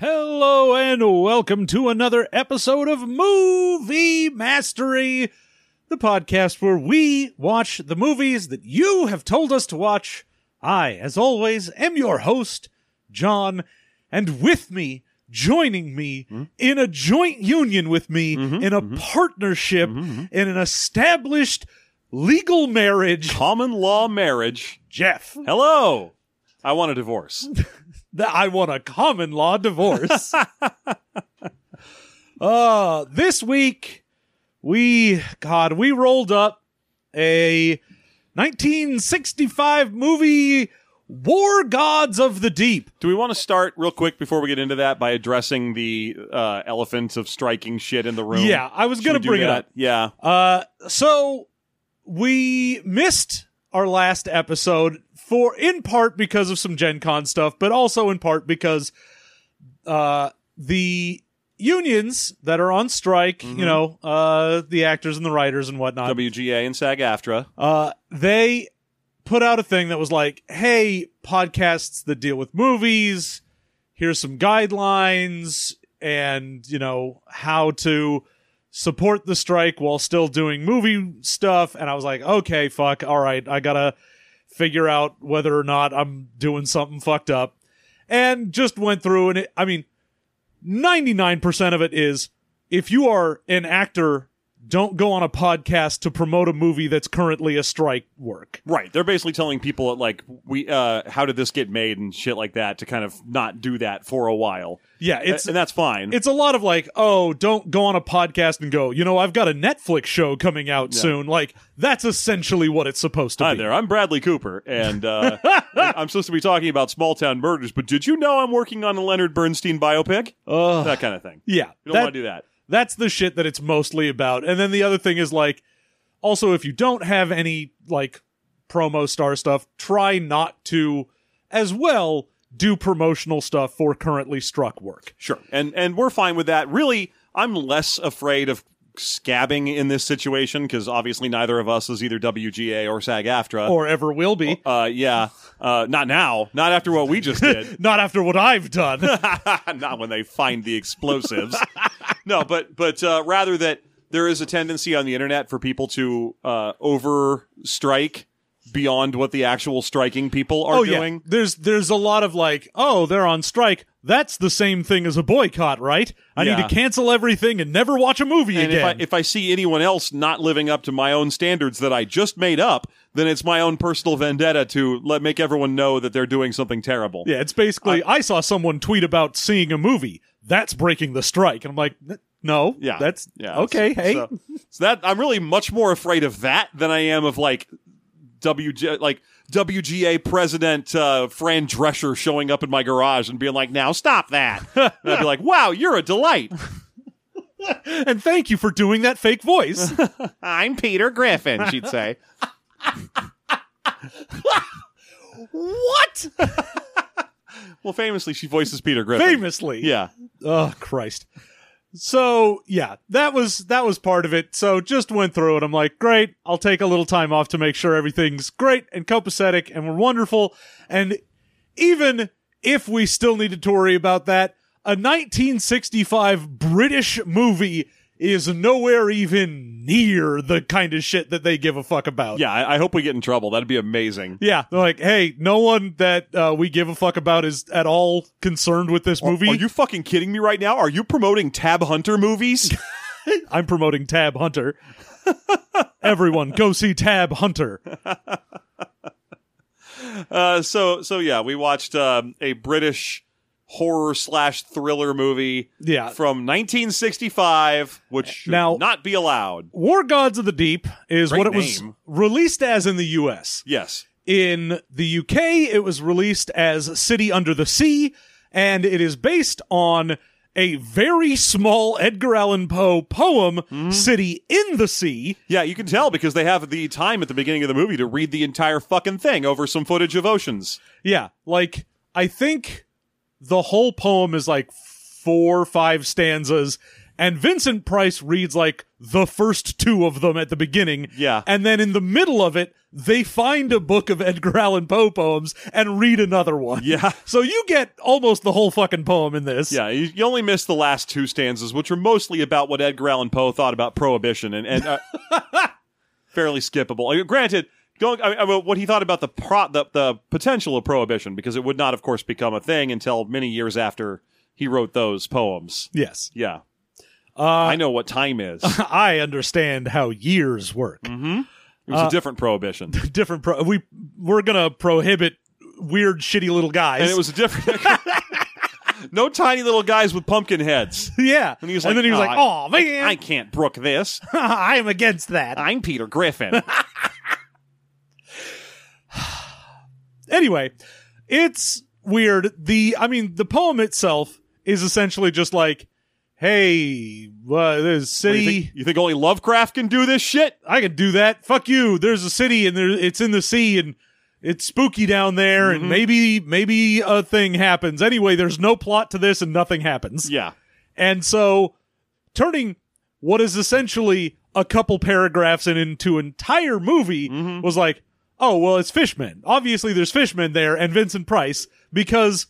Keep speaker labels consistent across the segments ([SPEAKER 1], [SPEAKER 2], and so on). [SPEAKER 1] Hello and welcome to another episode of Movie Mastery, the podcast where we watch the movies that you have told us to watch. I, as always, am your host, John, and with me, joining me in a joint union with me, in a partnership, in an established legal marriage,
[SPEAKER 2] common law marriage.
[SPEAKER 1] Jeff.
[SPEAKER 2] Hello. I want a divorce.
[SPEAKER 1] that I want a common law divorce. uh, this week we god, we rolled up a 1965 movie War Gods of the Deep.
[SPEAKER 2] Do we want to start real quick before we get into that by addressing the uh, elephant of striking shit in the room?
[SPEAKER 1] Yeah, I was
[SPEAKER 2] Should
[SPEAKER 1] going
[SPEAKER 2] we
[SPEAKER 1] to
[SPEAKER 2] do
[SPEAKER 1] bring it
[SPEAKER 2] that?
[SPEAKER 1] up.
[SPEAKER 2] Yeah.
[SPEAKER 1] Uh, so we missed our last episode for in part because of some Gen Con stuff, but also in part because uh, the unions that are on strike, you know, uh, the actors and the writers and whatnot,
[SPEAKER 2] WGA and SAG AFTRA.
[SPEAKER 1] uh, they put out a thing that was like, hey, podcasts that deal with movies, here's some guidelines and, you know, how to support the strike while still doing movie stuff. And I was like, okay, fuck, all right, I gotta figure out whether or not I'm doing something fucked up. And just went through, and it, I mean, 99% of it is if you are an actor, don't go on a podcast to promote a movie that's currently a strike work.
[SPEAKER 2] Right. They're basically telling people that, like we uh, how did this get made and shit like that to kind of not do that for a while.
[SPEAKER 1] Yeah, it's
[SPEAKER 2] A- Uh, and that's fine.
[SPEAKER 1] it's a lot of like, oh, don't go on a podcast and go, you know, I've got a Netflix show coming out soon. Like that's essentially what it's supposed to
[SPEAKER 2] Hi
[SPEAKER 1] be.
[SPEAKER 2] there. I'm Bradley Cooper, and uh, I'm supposed to be talking about small town murders. But did you know I'm working on a Leonard Bernstein biopic?
[SPEAKER 1] Ugh.
[SPEAKER 2] that kind of thing.
[SPEAKER 1] Yeah,
[SPEAKER 2] You don't
[SPEAKER 1] that-
[SPEAKER 2] want to do that.
[SPEAKER 1] that's the shit that it's mostly about. And then the other thing is like, also if you don't have any like promo star stuff, try not to as well do promotional stuff for currently struck work.
[SPEAKER 2] Sure. And and we're fine with that. Really, I'm less afraid of scabbing in this situation because obviously neither of us is either WGA or SAG AFTRA.
[SPEAKER 1] or ever will be.
[SPEAKER 2] uh, yeah. Uh, not now. Not after what we just did.
[SPEAKER 1] Not after what I've done.
[SPEAKER 2] not when they find the explosives. no, but but uh, rather that there is a tendency on the internet for people to uh, over strike beyond what the actual striking people are
[SPEAKER 1] oh yeah,
[SPEAKER 2] doing.
[SPEAKER 1] there's there's a lot of like, oh, they're on strike. That's the same thing as a boycott, right? I need
[SPEAKER 2] Yeah.
[SPEAKER 1] to cancel everything and never watch a movie
[SPEAKER 2] And if I,
[SPEAKER 1] again.
[SPEAKER 2] if I see anyone else not living up to my own standards that I just made up, then it's my own personal vendetta to let make everyone know that they're doing something terrible.
[SPEAKER 1] yeah, it's basically I, saw someone tweet about seeing a movie. That's breaking the strike, and I'm like, "N- no,
[SPEAKER 2] yeah,
[SPEAKER 1] that's
[SPEAKER 2] yeah.
[SPEAKER 1] okay.
[SPEAKER 2] So-
[SPEAKER 1] hey,
[SPEAKER 2] so, so that I'm really much more afraid of that than I am of like WG like WGA president uh, Fran Drescher showing up in my garage and being like, "Now stop that," and I'd be like, "Wow, you're a delight."
[SPEAKER 1] and thank you for doing that fake voice.
[SPEAKER 2] I'm Peter Griffin, she'd say.
[SPEAKER 1] what?
[SPEAKER 2] well, famously, she voices Peter Griffin.
[SPEAKER 1] Famously,
[SPEAKER 2] Yeah.
[SPEAKER 1] Oh Christ. So yeah, that was that was part of it. So just went through it. I'm like, great, I'll take a little time off to make sure everything's great and copacetic and we're wonderful. And even if we still needed to worry about that, a 1965 British movie is nowhere even near the kind of shit that they give a fuck about.
[SPEAKER 2] Yeah, I, I hope we get in trouble. That'd be amazing.
[SPEAKER 1] Yeah, they're like, hey, no one that uh, we give a fuck about is at all concerned with this movie.
[SPEAKER 2] Are you fucking kidding me right now? Are you promoting Tab Hunter movies?
[SPEAKER 1] I'm promoting Tab Hunter. Everyone, go see Tab Hunter.
[SPEAKER 2] uh, so, so yeah, we watched um, a British horror slash thriller movie
[SPEAKER 1] Yeah.
[SPEAKER 2] from 1965, which should
[SPEAKER 1] Now-
[SPEAKER 2] not be allowed.
[SPEAKER 1] War Gods of the Deep is
[SPEAKER 2] Great
[SPEAKER 1] what it was
[SPEAKER 2] name.
[SPEAKER 1] released as in the US.
[SPEAKER 2] Yes,
[SPEAKER 1] In the UK, it was released as City Under the Sea, and it is based on a very small Edgar Allan Poe poem,
[SPEAKER 2] Mm-hmm.
[SPEAKER 1] City in the Sea.
[SPEAKER 2] Yeah, you can tell because they have the time at the beginning of the movie to read the entire fucking thing over some footage of oceans.
[SPEAKER 1] Yeah, like I think the whole poem is like four or five stanzas, and Vincent Price reads like the first two of them at the beginning.
[SPEAKER 2] Yeah.
[SPEAKER 1] And then in the middle of it, they find a book of Edgar Allan Poe poems and read another one.
[SPEAKER 2] Yeah.
[SPEAKER 1] So you get almost the whole fucking poem in this.
[SPEAKER 2] Yeah, you, you only missed the last two stanzas, which are mostly about what Edgar Allan Poe thought about prohibition, and and uh, fairly skippable. I mean, granted, going I mean, I mean, what he thought about the, pro, the the potential of prohibition, because it would not, of course, become a thing until many years after he wrote those poems.
[SPEAKER 1] Yes.
[SPEAKER 2] Yeah, I know what time is. It
[SPEAKER 1] I understand how years work.
[SPEAKER 2] Mm-hmm. was a different prohibition,
[SPEAKER 1] Different pro- we we're going to prohibit weird shitty little guys.
[SPEAKER 2] and it was a different. no tiny little guys with pumpkin heads.
[SPEAKER 1] yeah.
[SPEAKER 2] And he was like,
[SPEAKER 1] then he was
[SPEAKER 2] "Oh,
[SPEAKER 1] like,
[SPEAKER 2] I-
[SPEAKER 1] "Oh, man.
[SPEAKER 2] I can't brook this.
[SPEAKER 1] I'm against that."
[SPEAKER 2] I'm Peter Griffin.
[SPEAKER 1] anyway, it's weird. The I mean, the poem itself is essentially just like, "Hey, uh, there's a
[SPEAKER 2] What,
[SPEAKER 1] city.
[SPEAKER 2] you, think, you think only Lovecraft can do this shit?
[SPEAKER 1] I can do that. Fuck you. There's a city and there, it's in the sea and it's spooky down there
[SPEAKER 2] Mm-hmm.
[SPEAKER 1] and maybe maybe a thing happens. Anyway, there's no plot to this and nothing happens.
[SPEAKER 2] Yeah.
[SPEAKER 1] And so turning what is essentially a couple paragraphs and into entire movie was like, oh, well, it's fishmen. Obviously, there's fishmen there and Vincent Price because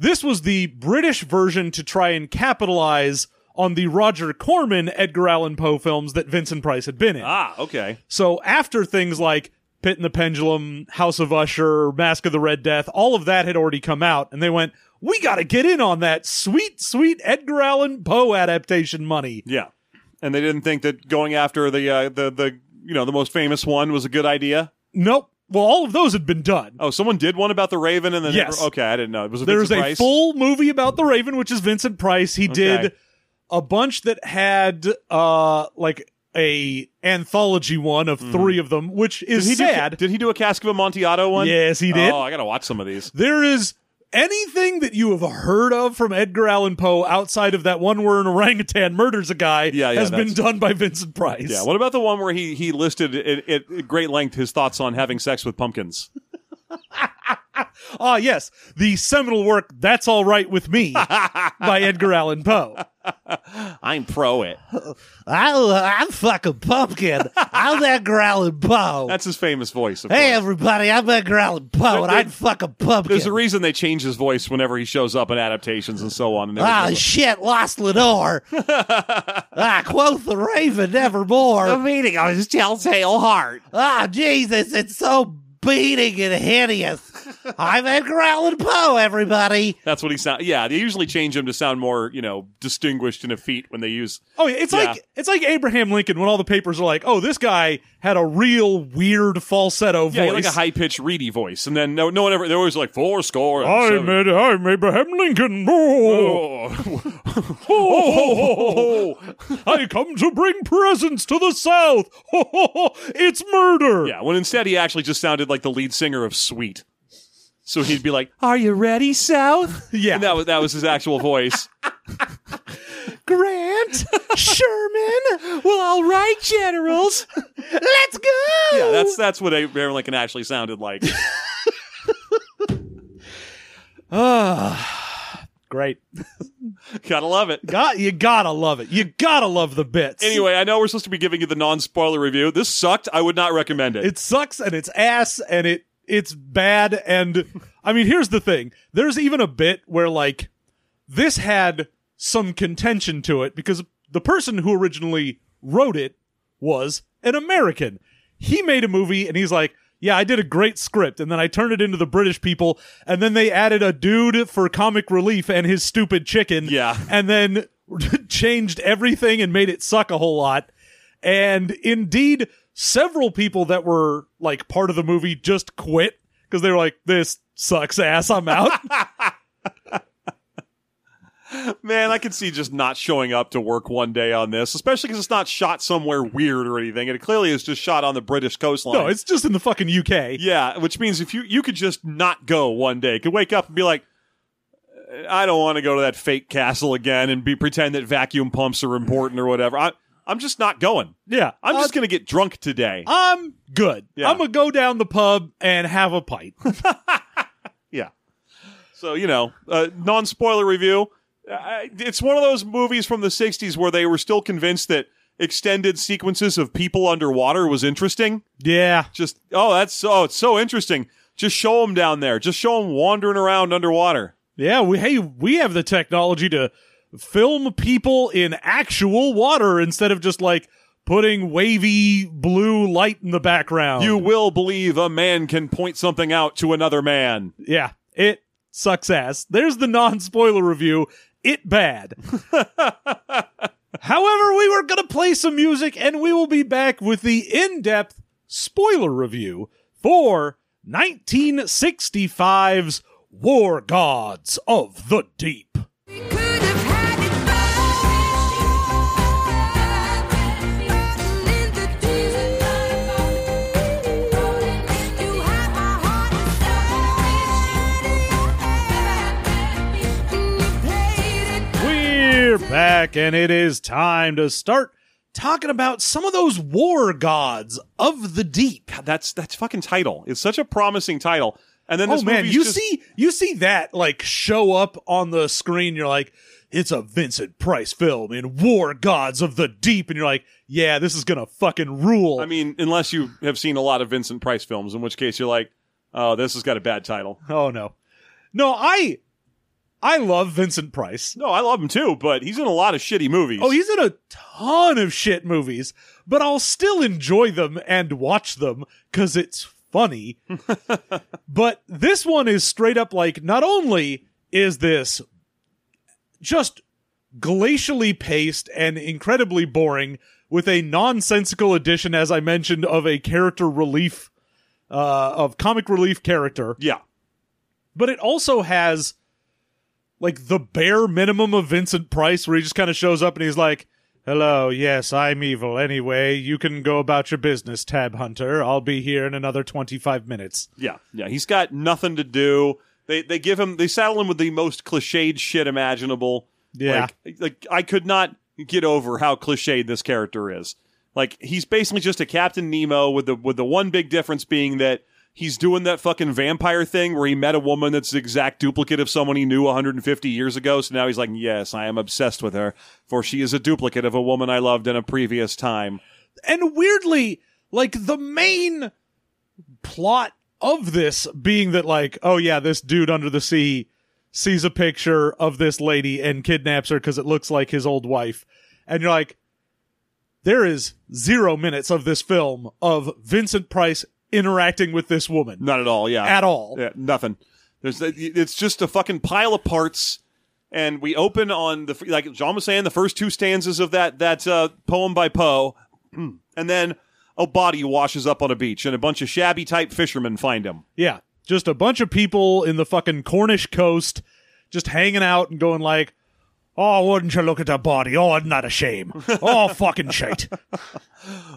[SPEAKER 1] this was the British version to try and capitalize on the Roger Corman Edgar Allan Poe films that Vincent Price had been in.
[SPEAKER 2] Ah, okay.
[SPEAKER 1] So after things like Pit and the Pendulum, House of Usher, Mask of the Red Death, all of that had already come out, and they went, "We got to get in on that sweet, sweet Edgar Allan Poe adaptation money."
[SPEAKER 2] Yeah. And they didn't think that going after the uh, the the you know the most famous one was a good idea.
[SPEAKER 1] Nope. Well, all of those had been done.
[SPEAKER 2] Oh, someone did one about the Raven, and then
[SPEAKER 1] Yes.
[SPEAKER 2] okay, I didn't know it was a
[SPEAKER 1] There was
[SPEAKER 2] Vincent
[SPEAKER 1] a
[SPEAKER 2] Price?
[SPEAKER 1] full movie about the Raven, which is Vincent Price. He did a bunch that had uh like a anthology one of three of them, which
[SPEAKER 2] Mm-hmm. Did
[SPEAKER 1] is
[SPEAKER 2] he do-
[SPEAKER 1] sad.
[SPEAKER 2] did he do a Cask of Amontillado one?
[SPEAKER 1] Yes, he did.
[SPEAKER 2] Oh, I gotta watch some of these.
[SPEAKER 1] There is anything that you have heard of from Edgar Allan Poe outside of that one where an orangutan murders a guy
[SPEAKER 2] Yeah, yeah,
[SPEAKER 1] has been
[SPEAKER 2] that's-
[SPEAKER 1] done by Vincent Price.
[SPEAKER 2] Yeah. What about the one where he he listed at, at at great length his thoughts on having sex with pumpkins?
[SPEAKER 1] Ah, yes, the seminal work "That's All Right with Me" by Edgar Allan Poe.
[SPEAKER 2] I'm pro it.
[SPEAKER 1] I, I'm fucking pumpkin. I'm Edgar Allan Poe.
[SPEAKER 2] That's his famous voice. Of course.
[SPEAKER 1] everybody, I'm Edgar Allan Poe,
[SPEAKER 2] and I'd
[SPEAKER 1] fuck a pumpkin.
[SPEAKER 2] There's a reason they change his voice whenever he shows up in adaptations and so on. And
[SPEAKER 1] Ah,
[SPEAKER 2] everything.
[SPEAKER 1] shit, lost Lenore. ah, quoth the raven, nevermore.
[SPEAKER 2] beating on his telltale heart.
[SPEAKER 1] Ah, Jesus, it's so beating and hideous. I'm Edgar Allan Poe, everybody.
[SPEAKER 2] That's what he sound. Yeah, they usually change him to sound more, you know, distinguished and effete when they use.
[SPEAKER 1] Oh, yeah, it's
[SPEAKER 2] Yeah.
[SPEAKER 1] like it's like Abraham Lincoln when all the papers are like, "Oh, this guy had a real weird falsetto
[SPEAKER 2] Yeah,
[SPEAKER 1] voice."
[SPEAKER 2] like a high pitched, reedy voice, and then no, no one ever. They're always like four score. and
[SPEAKER 1] I'm,
[SPEAKER 2] seven."
[SPEAKER 1] Ed- I'm Abraham Lincoln. Oh,
[SPEAKER 2] Oh.
[SPEAKER 1] I come to bring presents to the South. Ho, ho, ho. It's murder.
[SPEAKER 2] yeah, when instead he actually just sounded like the lead singer of Sweet. So he'd be like, "Are you ready, South?"
[SPEAKER 1] Yeah.
[SPEAKER 2] and that was that was his actual voice.
[SPEAKER 1] Grant, Sherman. Well, all right, generals. Let's go.
[SPEAKER 2] Yeah, that's that's what Abraham Lincoln actually sounded like.
[SPEAKER 1] great.
[SPEAKER 2] Gotta love it.
[SPEAKER 1] Got you. Gotta love it. You gotta love the bits.
[SPEAKER 2] Anyway, I know we're supposed to be giving you the non-spoiler review. This sucked. I would not recommend it.
[SPEAKER 1] it sucks and it's ass and it it's bad and i mean here's the thing there's even a bit where like this had some contention to it because the person who originally wrote it was an american he made a movie and he's like yeah i did a great script and then i turned it into the british people and then they added a dude for comic relief and his stupid chicken
[SPEAKER 2] Yeah.
[SPEAKER 1] and then changed everything and made it suck a whole lot. And indeed, several people that were like part of the movie just quit because they were like, "This sucks ass. I'm out."
[SPEAKER 2] Man, I could see just not showing up to work one day on this, especially because it's not shot somewhere weird or anything. It clearly is just shot on the British coastline.
[SPEAKER 1] no, it's just in the fucking UK.
[SPEAKER 2] yeah, which means if you you could just not go one day, could wake up and be like, I don't want to go to that fake castle again and be pretend that vacuum pumps are important or whatever. I, I'm just not going.
[SPEAKER 1] Yeah,
[SPEAKER 2] I'm
[SPEAKER 1] Uh,
[SPEAKER 2] just going to get drunk today.
[SPEAKER 1] I'm good.
[SPEAKER 2] Yeah.
[SPEAKER 1] I'm gonna go down the pub and have a pint.
[SPEAKER 2] Yeah. So you know, uh, non spoiler review. I, it's one of those movies from the '60s where they were still convinced that extended sequences of people underwater was interesting.
[SPEAKER 1] yeah,
[SPEAKER 2] Just oh, that's so it's so interesting. Just show them down there. Just show them wandering around underwater.
[SPEAKER 1] yeah. We hey, we have the technology to film people in actual water instead of just like putting wavy blue light in the background.
[SPEAKER 2] You will believe a man can point something out to another man.
[SPEAKER 1] yeah, it sucks ass. There's the non spoiler review. It bad. However, we were going to play some music and we will be back with the in depth spoiler review for 1965's War Gods of the Deep.
[SPEAKER 3] We could have had it bad. the desert, you had my heart inside, and you played it.
[SPEAKER 1] We're back and it is time to start talking about some of those war gods of the deep.
[SPEAKER 2] God, that's that's fucking title. It's such a promising title. And then
[SPEAKER 1] Oh
[SPEAKER 2] this
[SPEAKER 1] man,
[SPEAKER 2] movie's
[SPEAKER 1] you
[SPEAKER 2] just-
[SPEAKER 1] see you see that like show up on the screen, you're like, it's a Vincent Price film in War Gods of the Deep, and you're like, yeah, this is gonna fucking rule.
[SPEAKER 2] I mean, unless you have seen a lot of Vincent Price films, in which case you're like, oh, this has got a bad title.
[SPEAKER 1] oh no. No, I I love Vincent Price.
[SPEAKER 2] No, I love him too, but he's in a lot of shitty movies.
[SPEAKER 1] Oh, he's in a ton of shit movies, but I'll still enjoy them and watch them because it's funny. but this one is straight up like not only is this just glacially paced and incredibly boring with a nonsensical addition, as I mentioned, of a character relief, uh, of comic relief character
[SPEAKER 2] yeah.
[SPEAKER 1] but it also has like the bare minimum of Vincent Price, where he just kind of shows up and he's like, "Hello, yes, I'm evil. Anyway, you can go about your business, Tab Hunter. I'll be here in another twenty-five minutes."
[SPEAKER 2] Yeah, yeah. He's got nothing to do. They they give him they saddle him with the most cliched shit imaginable.
[SPEAKER 1] Yeah.
[SPEAKER 2] like, like I could not get over how cliched this character is. Like he's basically just a Captain Nemo with the with the one big difference being that he's doing that fucking vampire thing where he met a woman that's the exact duplicate of someone he knew 150 years ago. So now he's like, yes, I am obsessed with her, for she is a duplicate of a woman I loved in a previous time.
[SPEAKER 1] And weirdly, like the main plot of this being that, like, oh yeah, this dude under the sea sees a picture of this lady and kidnaps her because it looks like his old wife, and you're like. there is zero minutes of this film of Vincent Price interacting with this woman
[SPEAKER 2] Not at all. Yeah,
[SPEAKER 1] at all.
[SPEAKER 2] Yeah, nothing. There's it's just a fucking pile of parts, and we open on the like John was saying the first two stanzas of that that uh, poem by Poe, and then a body washes up on a beach, and a bunch of shabby type fishermen find him.
[SPEAKER 1] Yeah. Just a bunch of people in the fucking Cornish coast just hanging out and going like, Oh, wouldn't you look at that body? Oh, isn't that a shame? Oh, fucking shit.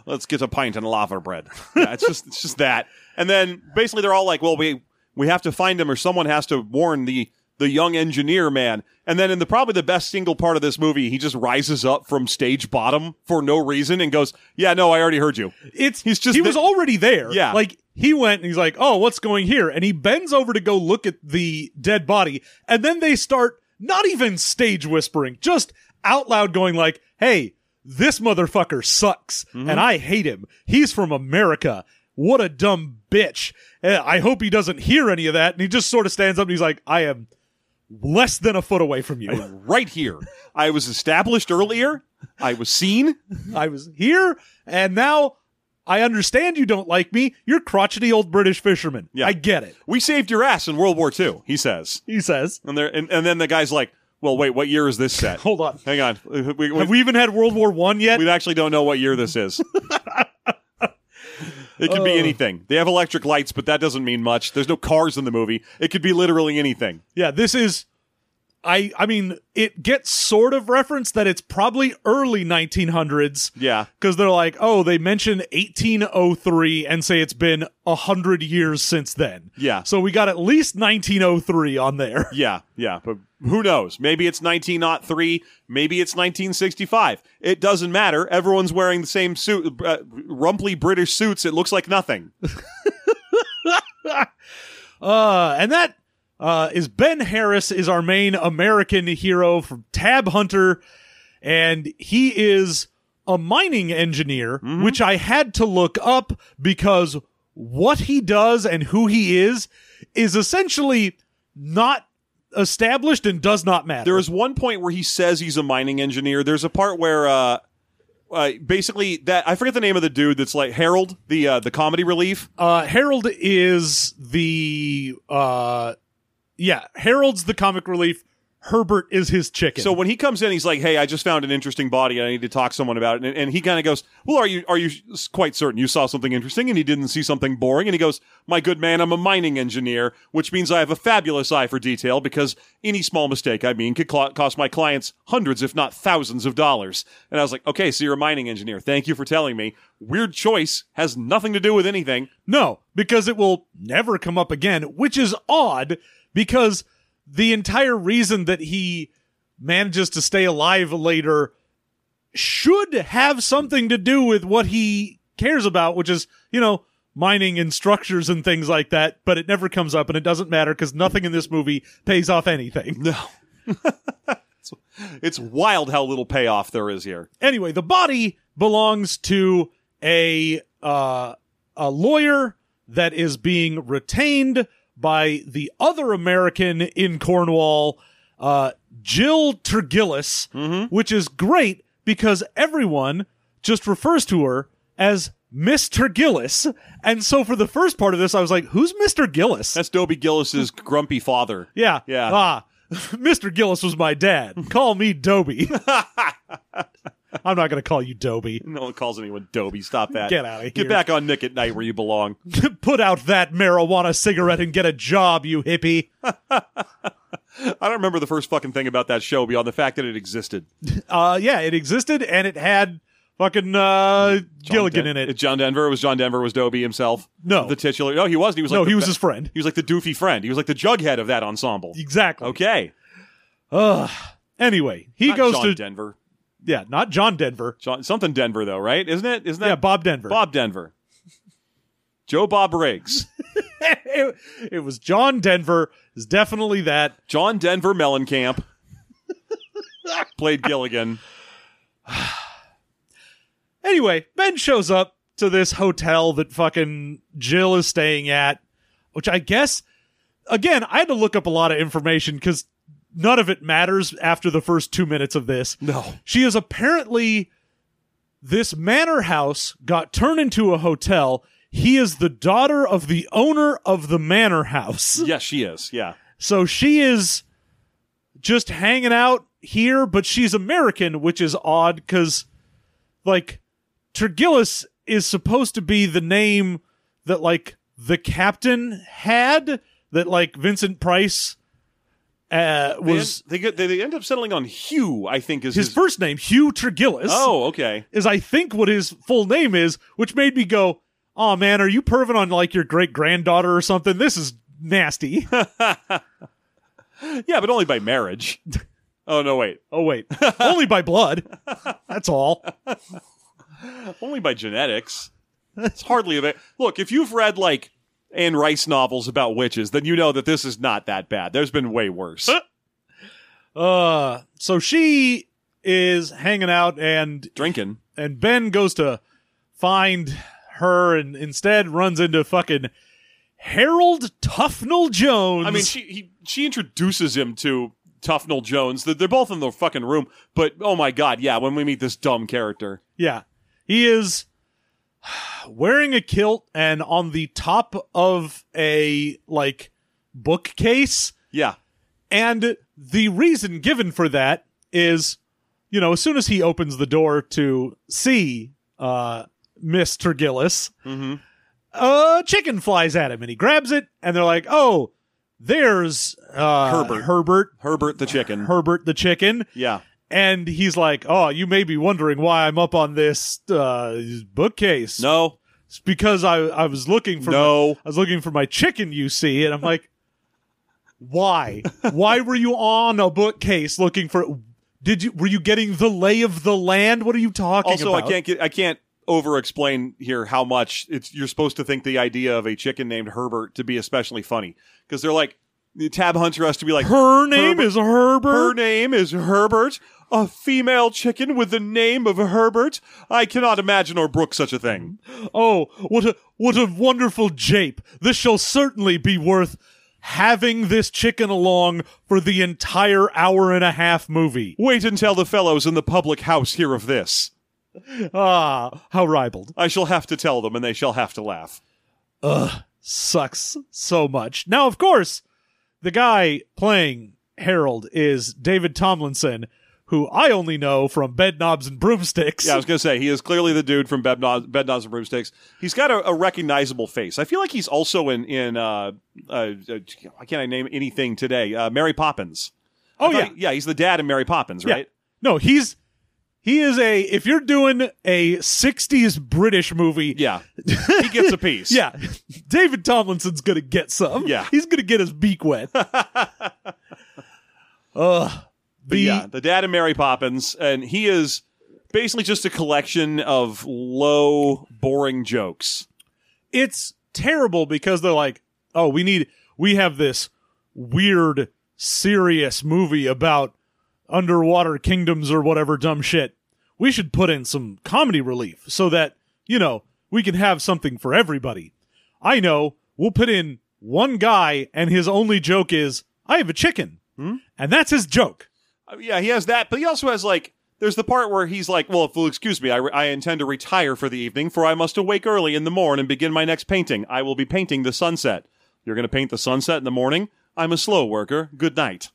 [SPEAKER 2] Let's get a pint and lava bread. Yeah, it's just it's just that, and then basically they're all like, well, we we have to find him, or someone has to warn the. The young engineer man, and then in the probably the best single part of this movie, he just rises up from stage bottom for no reason and goes, "Yeah, no, I already heard you."
[SPEAKER 1] It's
[SPEAKER 2] He's just
[SPEAKER 1] he
[SPEAKER 2] the-
[SPEAKER 1] was already there.
[SPEAKER 2] Yeah.
[SPEAKER 1] Like he went and he's like, Oh, what's going here? And he bends over to go look at the dead body, and then they start not even stage whispering, just out loud going like, Hey, this motherfucker sucks,
[SPEAKER 2] Mm-hmm.
[SPEAKER 1] and I hate him. He's from America. What a dumb bitch. Eh, I hope he doesn't hear any of that. And he just sort of stands up and he's like, I am less than a foot away from you.
[SPEAKER 2] right here. I was established earlier. I was seen.
[SPEAKER 1] I was here, and now I understand you don't like me. You're crotchety old British fisherman.
[SPEAKER 2] Yeah.
[SPEAKER 1] I get it.
[SPEAKER 2] We saved your ass in World War II, he says.
[SPEAKER 1] He says,
[SPEAKER 2] And there, and, and then the guy's like, "Well, wait, what year is this set?
[SPEAKER 1] "Hold on,
[SPEAKER 2] Hang on, we, we,
[SPEAKER 1] have
[SPEAKER 2] we,
[SPEAKER 1] we even had World War One yet?"
[SPEAKER 2] actually don't know what year this is." It could be anything. They have electric lights, but that doesn't mean much. There's no cars in the movie. It could be literally anything.
[SPEAKER 1] yeah, this is I I mean, it gets sort of referenced that it's probably early 1900s.
[SPEAKER 2] Yeah.
[SPEAKER 1] Because they're like, oh, they mention 1803 and say it's been a hundred years since then.
[SPEAKER 2] Yeah.
[SPEAKER 1] So we got at least 1903 on there.
[SPEAKER 2] Yeah, yeah, but who knows? Maybe it's 1903, maybe it's 1965. It doesn't matter. Everyone's wearing the same suit, uh, rumply British suits. It looks like nothing.
[SPEAKER 1] Uh, and that uh, is Ben Harris is our main American hero from Tab Hunter, and he is a mining engineer,
[SPEAKER 2] Mm-hmm.
[SPEAKER 1] which I had to look up because what he does and who he is is essentially not established and does not matter.
[SPEAKER 2] There is one point where he says he's a mining engineer. There's a part where uh, uh, basically that I forget the name of the dude that's like Harold, the uh, the comedy relief.
[SPEAKER 1] uh, Harold is the uh, yeah, Harold's the comic relief. Herbert is his chicken.
[SPEAKER 2] So when he comes in, he's like, "Hey, I just found an interesting body. and I need to talk to someone about it." And, and he kind of goes, "Well, are you are you s- quite certain you saw something interesting and you didn't see something boring?" And he goes, "My good man, I'm a mining engineer, which means I have a fabulous eye for detail because any small mistake I mean could cl- cost my clients hundreds, if not thousands, of dollars." And I was like, "Okay, so you're a mining engineer. Thank you for telling me. Weird choice has nothing to do with anything.
[SPEAKER 1] No, because it will never come up again, which is odd because the entire reason that he manages to stay alive later should have something to do with what he cares about, which is, you know, mining and structures and things like that, but it never comes up and it doesn't matter because nothing in this movie pays off anything.
[SPEAKER 2] No." It's wild how little payoff there is here.
[SPEAKER 1] Anyway, the body belongs to a uh, a lawyer that is being retained by the other American in Cornwall, uh, Jill Tergillis,
[SPEAKER 2] Mm-hmm.
[SPEAKER 1] which is great because everyone just refers to her as Miss Tergillis. And so for the first part of this, I was like, "Who's Mister Gillis?"
[SPEAKER 2] That's Dobie Gillis's grumpy father.
[SPEAKER 1] yeah,
[SPEAKER 2] Yeah.
[SPEAKER 1] Ah, Mister Gillis was my dad. Call me Dobie. I'm not going to call you Dobie.
[SPEAKER 2] No one calls anyone Dobie. Stop that.
[SPEAKER 1] Get outta here.
[SPEAKER 2] Get back on Nick at Night where you belong.
[SPEAKER 1] Put out that marijuana cigarette and get a job, you hippie.
[SPEAKER 2] I don't remember the first fucking thing about that show beyond the fact that it existed.
[SPEAKER 1] Uh, yeah, it existed and it had fucking uh,
[SPEAKER 2] John
[SPEAKER 1] Gilligan
[SPEAKER 2] Den-
[SPEAKER 1] in it.
[SPEAKER 2] John Denver. It was John Denver was Dobie himself.
[SPEAKER 1] No.
[SPEAKER 2] The titular. No, he wasn't. He was like
[SPEAKER 1] No,
[SPEAKER 2] the
[SPEAKER 1] he was
[SPEAKER 2] be-
[SPEAKER 1] his friend.
[SPEAKER 2] He was like the doofy friend. He was like the jughead of that ensemble.
[SPEAKER 1] Exactly.
[SPEAKER 2] Okay.
[SPEAKER 1] Anyway, he
[SPEAKER 2] Not
[SPEAKER 1] goes
[SPEAKER 2] John
[SPEAKER 1] to
[SPEAKER 2] Denver.
[SPEAKER 1] yeah, not John Denver.
[SPEAKER 2] John something Denver though, right? Isn't it? Isn't that
[SPEAKER 1] Yeah, Bob Denver.
[SPEAKER 2] Bob Denver. Joe Bob Riggs.
[SPEAKER 1] it, it was John Denver. Is definitely that.
[SPEAKER 2] John Denver Mellencamp. Played Gilligan.
[SPEAKER 1] Anyway, Ben shows up to this hotel that fucking Jill is staying at, which I guess, again, I had to look up a lot of information because none of it matters after the first two minutes of this.
[SPEAKER 2] No.
[SPEAKER 1] She is apparently, this manor house got turned into a hotel. He is the daughter of the owner of the manor house.
[SPEAKER 2] Yes, she is. Yeah.
[SPEAKER 1] So she is just hanging out here, but she's American, which is odd because, like, Tergillis is supposed to be the name that, like, the captain had that, like, Vincent Price uh,
[SPEAKER 2] They
[SPEAKER 1] was
[SPEAKER 2] end- they get they, they end up settling on Hugh? I think is
[SPEAKER 1] his, first name, Hugh Tergillis.
[SPEAKER 2] Oh, okay.
[SPEAKER 1] Is I think what his full name is, which made me go, oh man, are you perving on, like, your great granddaughter or something? This is nasty.
[SPEAKER 2] Yeah, but only by marriage. oh no, wait,
[SPEAKER 1] Oh wait, only by blood. That's all.
[SPEAKER 2] only by genetics. It's hardly a look. If you've read like Anne Rice novels about witches, then you know that this is not that bad. There's been way worse.
[SPEAKER 1] Uh, so she is hanging out, and
[SPEAKER 2] Drinking.
[SPEAKER 1] and Ben goes to find her, and instead runs into fucking Harold Tufnell Jones.
[SPEAKER 2] I mean, she he, she introduces him to Tufnell Jones. They're- They're both in the fucking room. But oh my god, yeah, when we meet this dumb character,
[SPEAKER 1] yeah, he is wearing a kilt, and on the top of a like bookcase
[SPEAKER 2] yeah,
[SPEAKER 1] And the reason given for that is, you know, as soon as he opens the door to see uh, Miss
[SPEAKER 2] Mm-hmm.
[SPEAKER 1] Tergillis, a chicken flies at him and he grabs it, and they're like, oh, there's uh,
[SPEAKER 2] Herbert.
[SPEAKER 1] Herbert,
[SPEAKER 2] Herbert the chicken.
[SPEAKER 1] Herbert the chicken.
[SPEAKER 2] yeah.
[SPEAKER 1] And he's like, "Oh, you may be wondering why I'm up on this uh, bookcase.
[SPEAKER 2] No.
[SPEAKER 1] It's because I I was looking for
[SPEAKER 2] No.
[SPEAKER 1] my- I was looking for my chicken. You see, and I'm like, why? why were you on a bookcase looking for? Did you were you getting the lay of the land? What are you talking
[SPEAKER 2] Also,
[SPEAKER 1] about?
[SPEAKER 2] I can't get I can't over explain here how much it's you're supposed to think the idea of a chicken named Herbert to be especially funny because they're like the tab hunter has to be like
[SPEAKER 1] Her name
[SPEAKER 2] Herbert-
[SPEAKER 1] is Herbert.
[SPEAKER 2] her name is Herbert. A female chicken with the name of Herbert? I cannot imagine or brook such a thing.
[SPEAKER 1] Oh, what a what a wonderful jape! This shall certainly be worth having this chicken along for the entire hour and a half movie.
[SPEAKER 2] Wait until the fellows in the public house hear of this.
[SPEAKER 1] Ah, how ribald.
[SPEAKER 2] I shall have to tell them, and they shall have to laugh.
[SPEAKER 1] Sucks so much. Now, of course, the guy playing Harold is David Tomlinson, who I only know from Bedknobs and Broomsticks.
[SPEAKER 2] Yeah, I was going to say, he is clearly the dude from Bedknobs, Bedknobs and Broomsticks. He's got a, a recognizable face. I feel like he's also in, in uh, uh, uh, why can't I name anything today? Uh, Mary Poppins. I
[SPEAKER 1] Oh,
[SPEAKER 2] thought
[SPEAKER 1] yeah.
[SPEAKER 2] he- yeah, he's the dad in Mary Poppins,
[SPEAKER 1] Yeah.
[SPEAKER 2] right?
[SPEAKER 1] No, he's he is a if you're doing a 60s British movie,
[SPEAKER 2] Yeah. he gets a piece.
[SPEAKER 1] Yeah, David Tomlinson's gonna get some.
[SPEAKER 2] Yeah.
[SPEAKER 1] he's gonna get his beak wet. Ugh.
[SPEAKER 2] But
[SPEAKER 1] The,
[SPEAKER 2] yeah, the dad and Mary Poppins, and he is basically just a collection of low, boring jokes.
[SPEAKER 1] it's terrible because they're like, oh, we need, we have this weird, serious movie about underwater kingdoms or whatever dumb shit. We should put in some comedy relief so that, you know, we can have something for everybody. I know, we'll put in one guy and his only joke is, I have a chicken.
[SPEAKER 2] Hmm?
[SPEAKER 1] And that's his joke.
[SPEAKER 2] Uh, Yeah, he has that, but he also has like there's the part where he's like, "Well, if you'll excuse me, I, I intend to retire for the evening, for I must awake early in the morn and begin my next painting. I will be painting the sunset. You're going to paint the sunset in the morning. I'm a slow worker. Good night."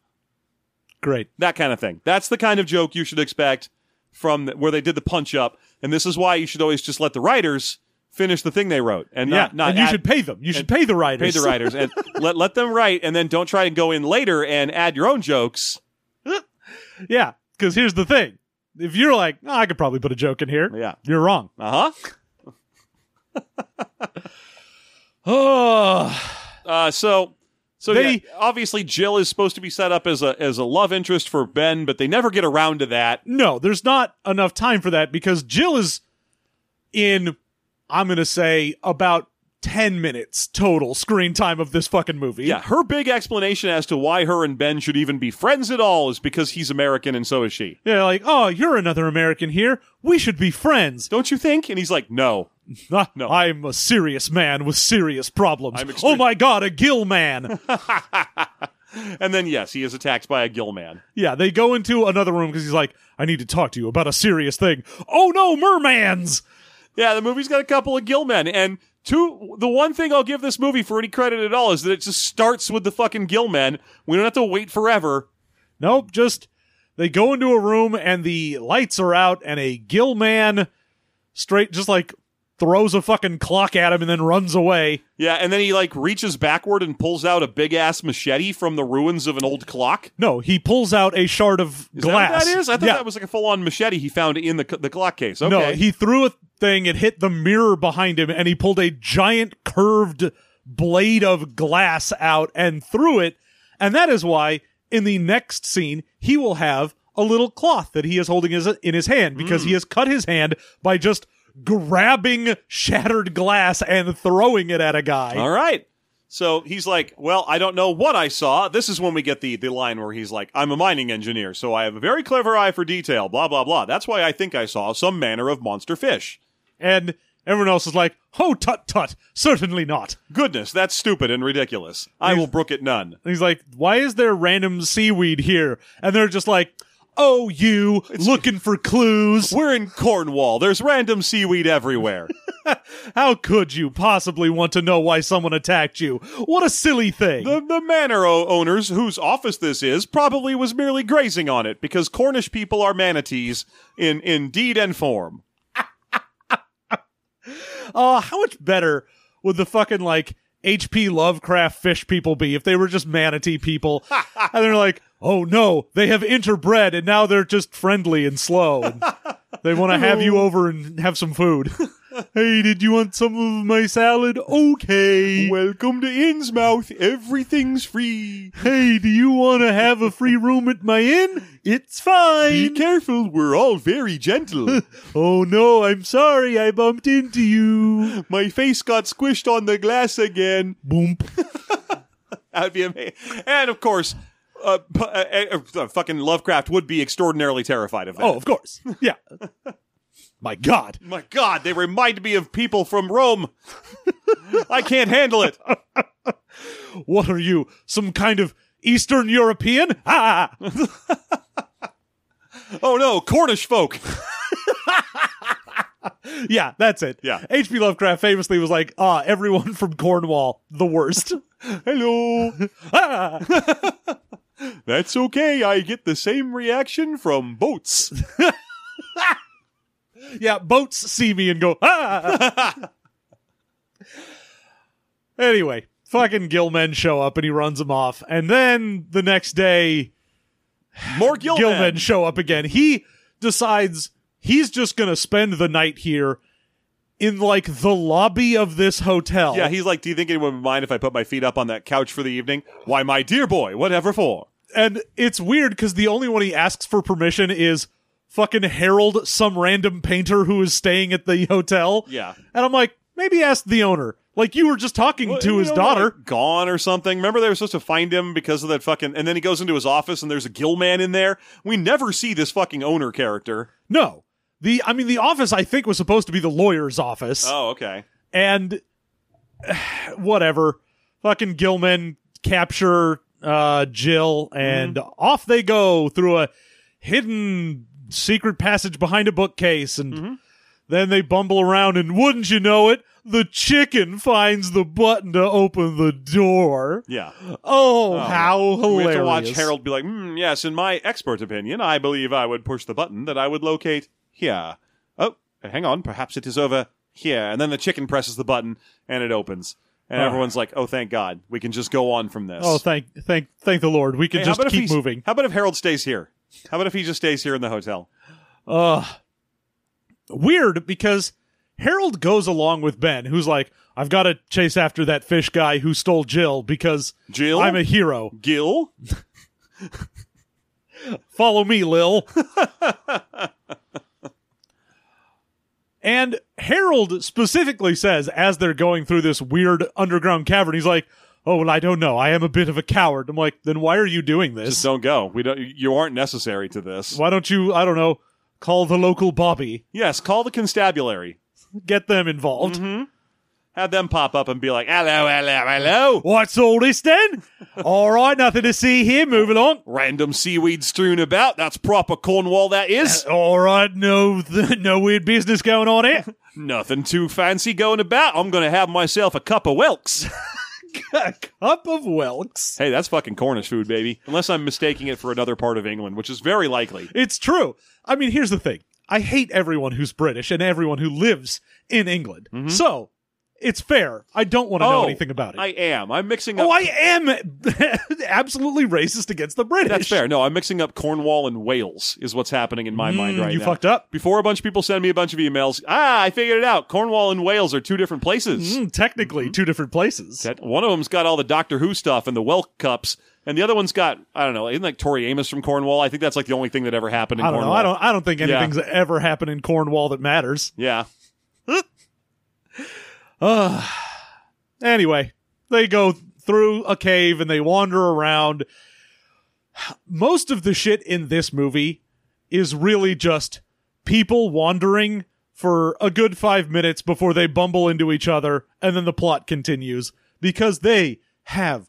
[SPEAKER 1] Great.
[SPEAKER 2] That kind of thing. That's the kind of joke you should expect from th- where they did the punch up, and this is why you should always just let the writers finish the thing they wrote, and
[SPEAKER 1] yeah,
[SPEAKER 2] not, not
[SPEAKER 1] and you
[SPEAKER 2] add-
[SPEAKER 1] should pay them. You should pay the
[SPEAKER 2] pay
[SPEAKER 1] writers.
[SPEAKER 2] the writers and let let them write, and then don't try and go in later and add your own jokes.
[SPEAKER 1] yeah, because here's the thing: if you're like, "Oh, I could probably put a joke in here,
[SPEAKER 2] Yeah.
[SPEAKER 1] you're wrong.
[SPEAKER 2] Uh huh.
[SPEAKER 1] Oh,
[SPEAKER 2] Uh, so, so
[SPEAKER 1] They-
[SPEAKER 2] yeah, obviously Jill is supposed to be set up as a as a love interest for Ben, but they never get around to that.
[SPEAKER 1] no, there's not enough time for that because Jill is in. I'm gonna say about ten minutes total screen time of this fucking movie.
[SPEAKER 2] Yeah, her big explanation as to why her and Ben should even be friends at all is because he's American and so is she.
[SPEAKER 1] yeah, like, oh, you're another American here. We should be friends.
[SPEAKER 2] Don't you think? And he's like, no.
[SPEAKER 1] Ah,
[SPEAKER 2] No.
[SPEAKER 1] I'm a serious man with serious problems.
[SPEAKER 2] I'm extreme-
[SPEAKER 1] oh my god, a gill man.
[SPEAKER 2] And then yes, he is attacked by a gill man.
[SPEAKER 1] Yeah, they go into another room because he's like, I need to talk to you about a serious thing. Oh no, mermans!
[SPEAKER 2] Yeah, the movie's got a couple of gill men, and two. The one thing I'll give this movie for any credit at all is that it just starts with the fucking gill men. We don't have to wait forever.
[SPEAKER 1] Nope, just they go into a room and the lights are out and a gill man straight just like throws a fucking clock at him and then runs away.
[SPEAKER 2] Yeah, and then he like reaches backward and pulls out a big ass machete from the ruins of an old clock.
[SPEAKER 1] No, he pulls out a shard of
[SPEAKER 2] Is
[SPEAKER 1] glass.
[SPEAKER 2] that what that is? I thought
[SPEAKER 1] Yeah.
[SPEAKER 2] that was like a full on machete he found in the c- the clock case. Okay.
[SPEAKER 1] No, he threw a thing, it hit the mirror behind him, and he pulled a giant curved blade of glass out and threw it. And that is why in the next scene, he will have a little cloth that he is holding his, in his hand because
[SPEAKER 2] Hmm.
[SPEAKER 1] he has cut his hand by just grabbing shattered glass and throwing it at a guy.
[SPEAKER 2] All right. So he's like, "Well, I don't know what I saw." This is when we get the the line where he's like, "I'm a mining engineer, so I have a very clever eye for detail." Blah blah blah. That's why I think I saw some manner of monster fish.
[SPEAKER 1] And everyone else is like, oh, tut tut, certainly not.
[SPEAKER 2] Goodness, that's stupid and ridiculous. I will brook it none.
[SPEAKER 1] And he's like, why is there random seaweed here? And they're just like, oh, you looking for clues.
[SPEAKER 2] We're in Cornwall. There's random seaweed everywhere.
[SPEAKER 1] How could you possibly want to know why someone attacked you? What a silly thing.
[SPEAKER 2] The, the manor o- owners, whose office this is, probably was merely grazing on it because Cornish people are manatees in, in deed and form.
[SPEAKER 1] Uh, Oh, how much better would the fucking like H.P. Lovecraft fish people be if they were just manatee people? and they're like, oh no, they have interbred and now they're just friendly and slow. And they want to have you over and have some food. hey, did you want some of my salad? Okay.
[SPEAKER 2] Welcome to Innsmouth. Everything's free.
[SPEAKER 1] hey, do you want to have a free room at my inn? It's fine.
[SPEAKER 2] careful. We're all very gentle.
[SPEAKER 1] Oh no, I'm sorry I bumped into you.
[SPEAKER 2] My face got squished on the glass again.
[SPEAKER 1] Boom.
[SPEAKER 2] That would be amazing. And of course, uh, p- uh, uh, uh, fucking Lovecraft would be extraordinarily terrified of that.
[SPEAKER 1] Oh, of course. Yeah. My God.
[SPEAKER 2] my God, they remind me of people from Rome. I can't handle it.
[SPEAKER 1] What are you? Some kind of Eastern European? Ah!
[SPEAKER 2] Oh no, Cornish folk.
[SPEAKER 1] Yeah, that's it.
[SPEAKER 2] Yeah.
[SPEAKER 1] H.P. Lovecraft famously was like, ah, everyone from Cornwall, the worst.
[SPEAKER 2] Hello.
[SPEAKER 1] ah!
[SPEAKER 2] That's okay. I get the same reaction from boats.
[SPEAKER 1] Yeah, boats see me and go, ah! anyway, fucking Gilmen show up and he runs them off. And then the next day,
[SPEAKER 2] More Gilman.
[SPEAKER 1] Gilman show up again. He decides he's just going to spend the night here in like the lobby of this hotel.
[SPEAKER 2] Yeah, he's like, do you think anyone would mind if I put my feet up on that couch for the evening? Why, my dear boy, whatever for.
[SPEAKER 1] and it's weird cuz the only one he asks for permission is fucking Harold, some random painter who is staying at the hotel.
[SPEAKER 2] Yeah.
[SPEAKER 1] And I'm like, maybe ask the owner. Like you were just talking
[SPEAKER 2] Well,
[SPEAKER 1] to
[SPEAKER 2] you
[SPEAKER 1] his
[SPEAKER 2] know,
[SPEAKER 1] daughter.
[SPEAKER 2] like, gone or something. Remember they were supposed to find him because of that fucking. And then he goes into his office and there's a gill man in there. We never see this fucking owner character.
[SPEAKER 1] no. The I mean the office I think was supposed to be the lawyer's office.
[SPEAKER 2] Oh, okay.
[SPEAKER 1] and whatever. Fucking Gilman capture uh, Jill, and
[SPEAKER 2] Mm-hmm.
[SPEAKER 1] off they go through a hidden secret passage behind a bookcase, and
[SPEAKER 2] Mm-hmm.
[SPEAKER 1] then they bumble around. And wouldn't you know it, the chicken finds the button to open the door.
[SPEAKER 2] Yeah.
[SPEAKER 1] Oh, how hilarious!
[SPEAKER 2] We have to watch Harold be like, mm, yes, in my expert opinion, I believe I would push the button that I would locate here. Oh, hang on. Perhaps it is over here. And then the chicken presses the button and it opens. And
[SPEAKER 1] Ah.
[SPEAKER 2] everyone's like, oh, thank God. We can just go on from this.
[SPEAKER 1] Oh, thank, thank, thank the Lord. We can
[SPEAKER 2] Hey, how
[SPEAKER 1] just
[SPEAKER 2] about if
[SPEAKER 1] keep
[SPEAKER 2] he's-
[SPEAKER 1] moving.
[SPEAKER 2] How about if Harold stays here? How about if he just stays here in the hotel?
[SPEAKER 1] uh weird because Harold goes along with Ben, who's like, I've got to chase after that fish guy who stole Jill because
[SPEAKER 2] Jill?
[SPEAKER 1] I'm a hero.
[SPEAKER 2] Gil?
[SPEAKER 1] Follow me, Lil. and Harold specifically says, as they're going through this weird underground cavern, he's like, Oh, well, I don't know. I am a bit of a coward. I'm like, Then why are you doing this?
[SPEAKER 2] Just don't go. We don't. You aren't necessary to this.
[SPEAKER 1] Why don't you, I don't know, call the local Bobby,
[SPEAKER 2] Yes, call the constabulary.
[SPEAKER 1] get them involved?
[SPEAKER 2] Have them pop up and be like, "Hello, hello, hello."
[SPEAKER 1] What's all this then? all right, nothing to see here. Move along.
[SPEAKER 2] Random seaweed strewn about. That's proper Cornwall. That is
[SPEAKER 1] All right, no, no weird business going on here.
[SPEAKER 2] nothing too fancy going about. I'm gonna have myself a cup of Welks.
[SPEAKER 1] A cup of Welks.
[SPEAKER 2] hey, that's fucking Cornish food, baby. Unless I'm mistaking it for another part of England, which is very likely.
[SPEAKER 1] It's true. I mean, here's the thing. I hate everyone who's British and everyone who lives in England.
[SPEAKER 2] Mm-hmm.
[SPEAKER 1] So it's fair. I don't want to know anything about it.
[SPEAKER 2] Oh, I am. I'm mixing up.
[SPEAKER 1] oh, I am absolutely racist against the British.
[SPEAKER 2] That's fair. No, I'm mixing up Cornwall and Wales is what's happening in my mind
[SPEAKER 1] Mm,
[SPEAKER 2] right
[SPEAKER 1] you
[SPEAKER 2] now.
[SPEAKER 1] fucked up.
[SPEAKER 2] Before a bunch of people send me a bunch of emails, ah, I figured it out. Cornwall and Wales are two different places.
[SPEAKER 1] Mm, technically,
[SPEAKER 2] Mm-hmm.
[SPEAKER 1] two different places.
[SPEAKER 2] That- one of them's got all the Doctor Who stuff and the Welk cups, and the other one's got I don't know, isn't like Tori Amos from Cornwall? I think that's like the only thing that ever happened in
[SPEAKER 1] I don't
[SPEAKER 2] Cornwall.
[SPEAKER 1] know. I don't. I don't think
[SPEAKER 2] Yeah.
[SPEAKER 1] anything's ever happened in Cornwall that matters.
[SPEAKER 2] Yeah.
[SPEAKER 1] Anyway, they go through a cave and they wander around. Most of the shit in this movie is really just people wandering for a good five minutes before they bumble into each other, and then the plot continues because they have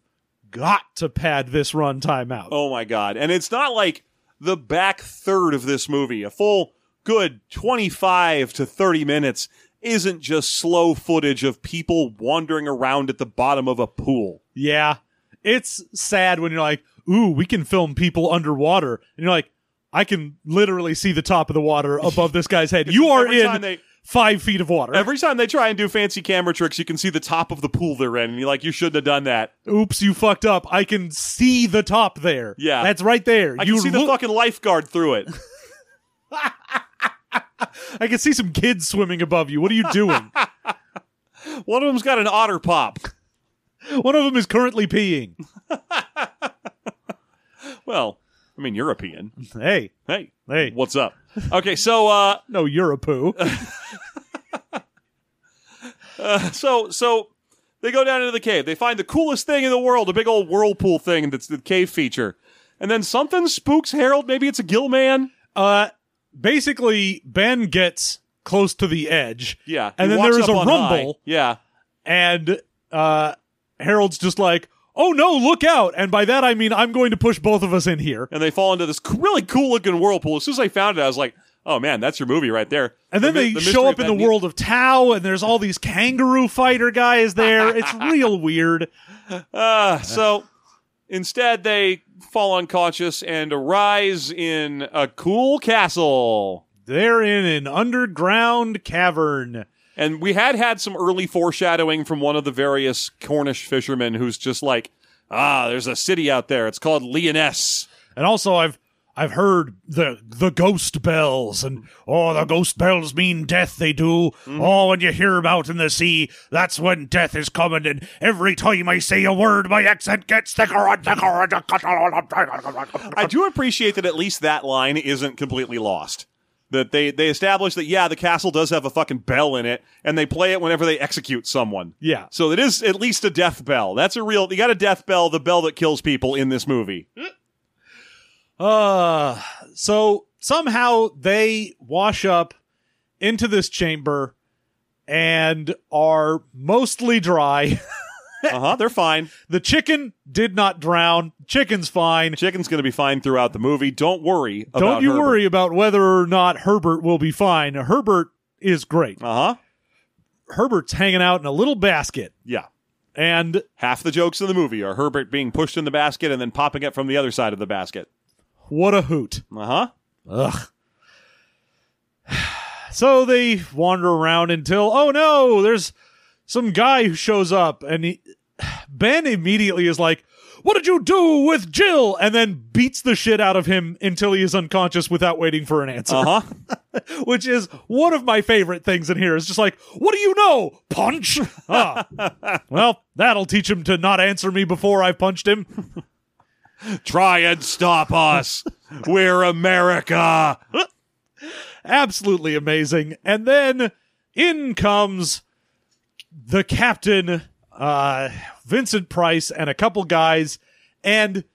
[SPEAKER 1] got to pad this runtime out.
[SPEAKER 2] Oh my god. And it's not like the back third of this movie, a full good 25 to 30 minutes isn't just slow footage of people wandering around at the bottom of a pool.
[SPEAKER 1] Yeah. It's sad when you're like, ooh, we can film people underwater. And you're like, I can literally see the top of the water above this guy's head. You are
[SPEAKER 2] Every time
[SPEAKER 1] in
[SPEAKER 2] they-
[SPEAKER 1] five feet of water.
[SPEAKER 2] Every time they try and do fancy camera tricks, you can see the top of the pool they're in, and you're like, you shouldn't have done that.
[SPEAKER 1] Oops, you fucked up. I can see the top there.
[SPEAKER 2] Yeah.
[SPEAKER 1] That's right there.
[SPEAKER 2] I
[SPEAKER 1] you
[SPEAKER 2] can see the
[SPEAKER 1] look-
[SPEAKER 2] fucking lifeguard through it.
[SPEAKER 1] I can see some kids swimming above you. What are you doing?
[SPEAKER 2] One of them's got an otter pop.
[SPEAKER 1] One of them is currently peeing.
[SPEAKER 2] Well, I mean, European.
[SPEAKER 1] Hey,
[SPEAKER 2] Hey,
[SPEAKER 1] hey.
[SPEAKER 2] what's up? Okay, so uh,
[SPEAKER 1] No, you're a poo.
[SPEAKER 2] so so they go down into the cave. They find the coolest thing in the world, a big old whirlpool thing that's the cave feature. And then something spooks Harold. Maybe it's a gill man.
[SPEAKER 1] Uh, basically, Ben gets close to the edge.
[SPEAKER 2] Yeah.
[SPEAKER 1] And
[SPEAKER 2] he
[SPEAKER 1] then
[SPEAKER 2] walks
[SPEAKER 1] there is
[SPEAKER 2] up
[SPEAKER 1] a
[SPEAKER 2] on
[SPEAKER 1] rumble,
[SPEAKER 2] high. Yeah.
[SPEAKER 1] and uh, Harold's just like, oh no, look out. And by that, I mean, I'm going to push both of us in here.
[SPEAKER 2] And they fall into this c- really cool looking whirlpool. As soon as I found it, I was like, oh man, that's your movie right there.
[SPEAKER 1] And then
[SPEAKER 2] The mi-
[SPEAKER 1] they
[SPEAKER 2] the
[SPEAKER 1] show
[SPEAKER 2] mystery
[SPEAKER 1] up in
[SPEAKER 2] of
[SPEAKER 1] the
[SPEAKER 2] Magneto-
[SPEAKER 1] world of Tao, and there's all these kangaroo fighter guys there. It's real weird.
[SPEAKER 2] Uh, so instead, they fall unconscious and arise in a cool castle.
[SPEAKER 1] They're in an underground cavern.
[SPEAKER 2] And we had had some early foreshadowing from one of the various Cornish fishermen who's just like, ah, there's a city out there. It's called Lyoness.
[SPEAKER 1] And also I've I've heard the the ghost bells and oh the ghost bells mean death they do. Oh when you hear 'em out in the sea, that's when death is coming and every time I say a word my accent gets thicker and thicker and
[SPEAKER 2] I do appreciate that at least that line isn't completely lost. That they, they establish that, yeah, the castle does have a fucking bell in it, and they play it whenever they execute someone.
[SPEAKER 1] Yeah.
[SPEAKER 2] So it is at least a death bell. That's a real, you got a death bell, the bell that kills people in this movie.
[SPEAKER 1] Uh so somehow they wash up into this chamber and are mostly dry.
[SPEAKER 2] Uh huh. They're fine.
[SPEAKER 1] the chicken did not drown. Chicken's fine.
[SPEAKER 2] Chicken's going to be fine throughout the movie. Don't worry.
[SPEAKER 1] Don't you worry about whether or not Herbert will be fine. Herbert is great.
[SPEAKER 2] Uh huh.
[SPEAKER 1] Herbert's hanging out in a little basket,
[SPEAKER 2] Yeah.
[SPEAKER 1] and
[SPEAKER 2] Half the jokes in the movie are Herbert being pushed in the basket and then popping it from the other side of the basket.
[SPEAKER 1] what a hoot.
[SPEAKER 2] Uh huh.
[SPEAKER 1] Ugh. So they wander around until, oh no, there's some guy who shows up, and he, Ben immediately is like, What did you do with Jill? And then beats the shit out of him until he is unconscious without waiting for an answer.
[SPEAKER 2] Uh huh.
[SPEAKER 1] which is one of my favorite things in here. It's just like, what do you know? Punch. Ah. well, that'll teach him to not answer me before I've punched him.
[SPEAKER 2] Try and stop us. We're America.
[SPEAKER 1] Absolutely amazing. And then in comes the captain, uh, Vincent Price, and a couple guys. And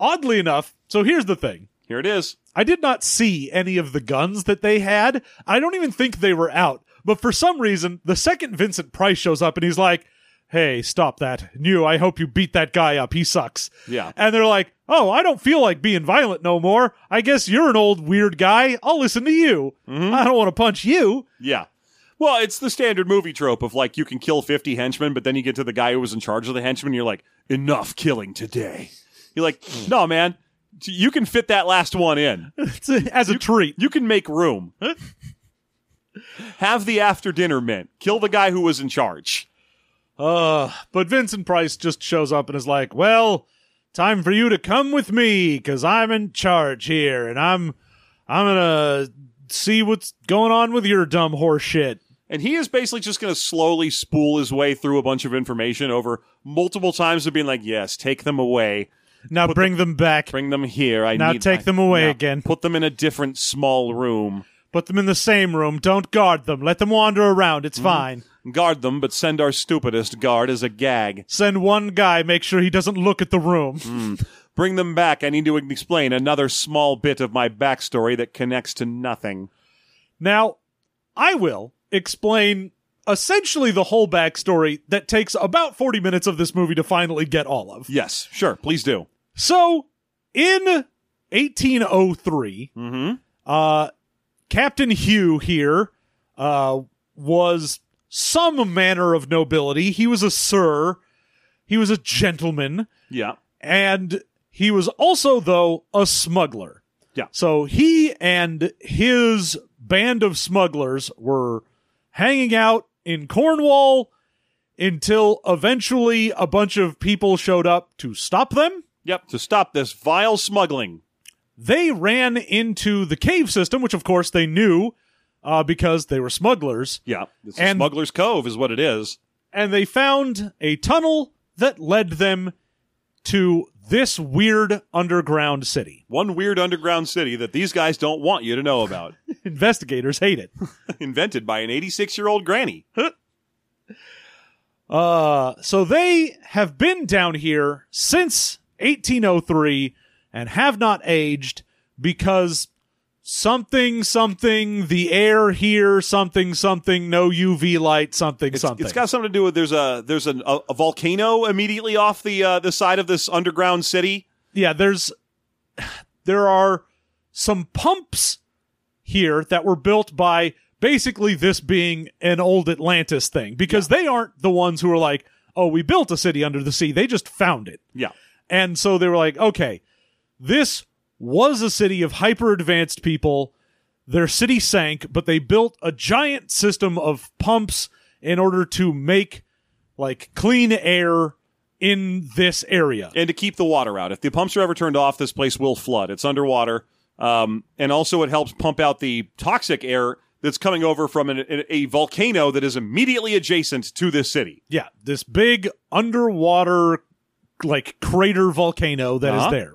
[SPEAKER 1] oddly enough, so here's the thing.
[SPEAKER 2] Here it is.
[SPEAKER 1] I did not see any of the guns that they had. I don't even think they were out. But for some reason, the second Vincent Price shows up and he's like, Hey, stop that. New, I hope you beat that guy up. He sucks.
[SPEAKER 2] Yeah.
[SPEAKER 1] And they're like, Oh, I don't feel like being violent no more. I guess you're an old weird guy. I'll listen to you.
[SPEAKER 2] Mm-hmm.
[SPEAKER 1] I don't want to punch you.
[SPEAKER 2] Yeah. Well, it's the standard movie trope of like you can kill 50 henchmen, but then you get to the guy who was in charge of the henchmen, and you're like, enough killing today. You're like, no, man, you can fit that last one in.
[SPEAKER 1] As a treat.
[SPEAKER 2] You can make room. Have the after dinner mint. Kill the guy who was in charge.
[SPEAKER 1] Uh, but Vincent Price just shows up and is like, "Well, time for you to come with me cuz I'm in charge here and I'm I'm going to see what's going on with your dumb horse shit."
[SPEAKER 2] And he is basically just going to slowly spool his way through a bunch of information over multiple times of being like, yes, take them away.
[SPEAKER 1] Now bring them back.
[SPEAKER 2] Bring them here. I
[SPEAKER 1] Now
[SPEAKER 2] need-
[SPEAKER 1] take
[SPEAKER 2] I-
[SPEAKER 1] them away
[SPEAKER 2] now
[SPEAKER 1] again."
[SPEAKER 2] Put them in a different small room.
[SPEAKER 1] Put them in the same room. Don't guard them. Let them wander around. It's fine.
[SPEAKER 2] Guard them, but send our stupidest guard as a gag.
[SPEAKER 1] Send one guy, make sure he doesn't look at the room.
[SPEAKER 2] Bring them back. I need to explain another small bit of my backstory that connects to nothing.
[SPEAKER 1] Now, I will explain essentially the whole backstory that takes about 40 minutes of this movie to finally get all of.
[SPEAKER 2] Yes, sure. Please do.
[SPEAKER 1] So, in 1803,
[SPEAKER 2] Mm-hmm.
[SPEAKER 1] uh, Captain Hugh here uh, was some manner of nobility. He was a sir, he was a gentleman,
[SPEAKER 2] Yeah.
[SPEAKER 1] and he was also, though, a smuggler.
[SPEAKER 2] Yeah.
[SPEAKER 1] So he and his band of smugglers were hanging out in Cornwall until eventually a bunch of people showed up to stop them.
[SPEAKER 2] Yep. To stop this vile smuggling.
[SPEAKER 1] They ran into the cave system, which of course they knew uh, because they were smugglers.
[SPEAKER 2] Yeah. It's
[SPEAKER 1] And-
[SPEAKER 2] Smuggler's Cove is what it is.
[SPEAKER 1] and they found a tunnel that led them to this weird underground city.
[SPEAKER 2] One weird underground city that these guys don't want you to know about.
[SPEAKER 1] Investigators hate it.
[SPEAKER 2] Invented by an 86 year old granny.
[SPEAKER 1] Uh, so they have been down here since 1803 and have not aged because something, something, the air here, something, something, no UV light, something,
[SPEAKER 2] It's-
[SPEAKER 1] something.
[SPEAKER 2] It's got something to do with there's a there's an, a, a volcano immediately off the uh, the side of this underground city.
[SPEAKER 1] yeah, there's there are some pumps here that were built by basically this being an old Atlantis thing because they aren't the ones who are like, "Oh, we built a city under the sea." They just found it.
[SPEAKER 2] Yeah.
[SPEAKER 1] And so they were like, "Okay, this was a city of hyper advanced people. Their city sank, but they built a giant system of pumps in order to make like clean air in this area."
[SPEAKER 2] and to keep the water out. If the pumps are ever turned off, this place will flood. It's underwater, um, and also it helps pump out the toxic air that's coming over from an, a- a volcano that is immediately adjacent to this city.
[SPEAKER 1] Yeah, this big underwater like crater volcano that is
[SPEAKER 2] Uh-huh.
[SPEAKER 1] there.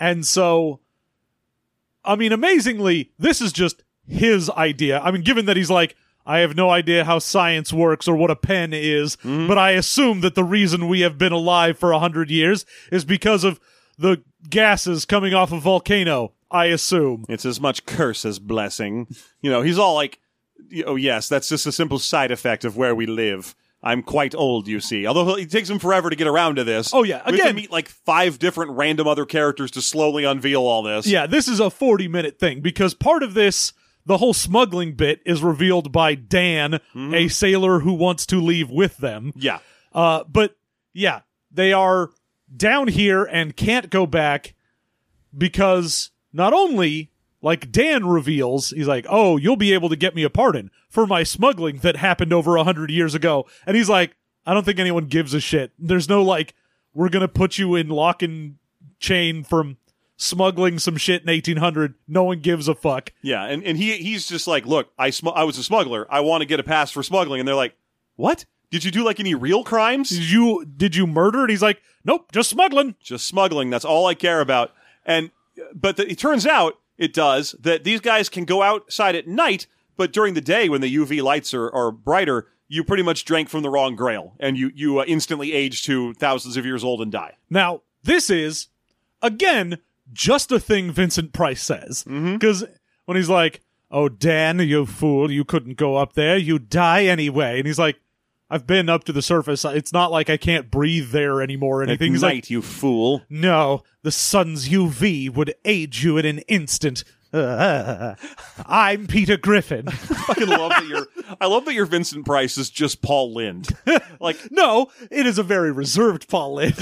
[SPEAKER 1] And so I mean amazingly, this is just his idea. I mean given that he's like I have no idea how science works or what a pen is, but I assume that the reason we have been alive for a hundred years is because of the gases coming off a volcano. I assume.
[SPEAKER 2] It's as much curse as blessing. You know, he's all like, "Oh yes, that's just a simple side effect of where we live." I'm quite old, you see. Although it takes him forever to get around to this.
[SPEAKER 1] Oh, yeah.
[SPEAKER 2] we have to
[SPEAKER 1] Again-
[SPEAKER 2] meet like five different random other characters to slowly unveil all this.
[SPEAKER 1] Yeah, this is a 40 minute thing because part of this, the whole smuggling bit, is revealed by Dan, a sailor who wants to leave with them.
[SPEAKER 2] yeah.
[SPEAKER 1] Uh, but yeah, they are down here and can't go back because not only, like Dan reveals, he's like, oh, you'll be able to get me a pardon for my smuggling that happened over 100 years ago. And he's like, I don't think anyone gives a shit. There's no like, we're going to put you in lock and chain from smuggling some shit in 1800. No one gives a fuck.
[SPEAKER 2] Yeah, and, and he he's just like, look, I sm- I was a smuggler. I want to get a pass for smuggling, and they're like, what? Did you do like any real crimes?
[SPEAKER 1] Did you, did you murder? And he's like, nope, just smuggling.
[SPEAKER 2] Just smuggling. That's all I care about. And but the, it turns out it does that these guys can go outside at night, but during the day when the UV lights are, are brighter, you pretty much drank from the wrong grail, and you you uh, instantly age to thousands of years old and die.
[SPEAKER 1] Now, this is, again, just a thing Vincent Price says. Because when he's like, Oh, Dan, you fool, you couldn't go up there. You die anyway. And he's like, I've been up to the surface. It's not like I can't breathe there anymore or anything. He's
[SPEAKER 2] night,
[SPEAKER 1] like,
[SPEAKER 2] you fool.
[SPEAKER 1] No, the sun's UV would age you in an instant. Uh, I'm Peter Griffin.
[SPEAKER 2] fucking love that you're. I love that your Vincent Price is just Paul Lind. Like
[SPEAKER 1] No, it is a very reserved Paul Lind.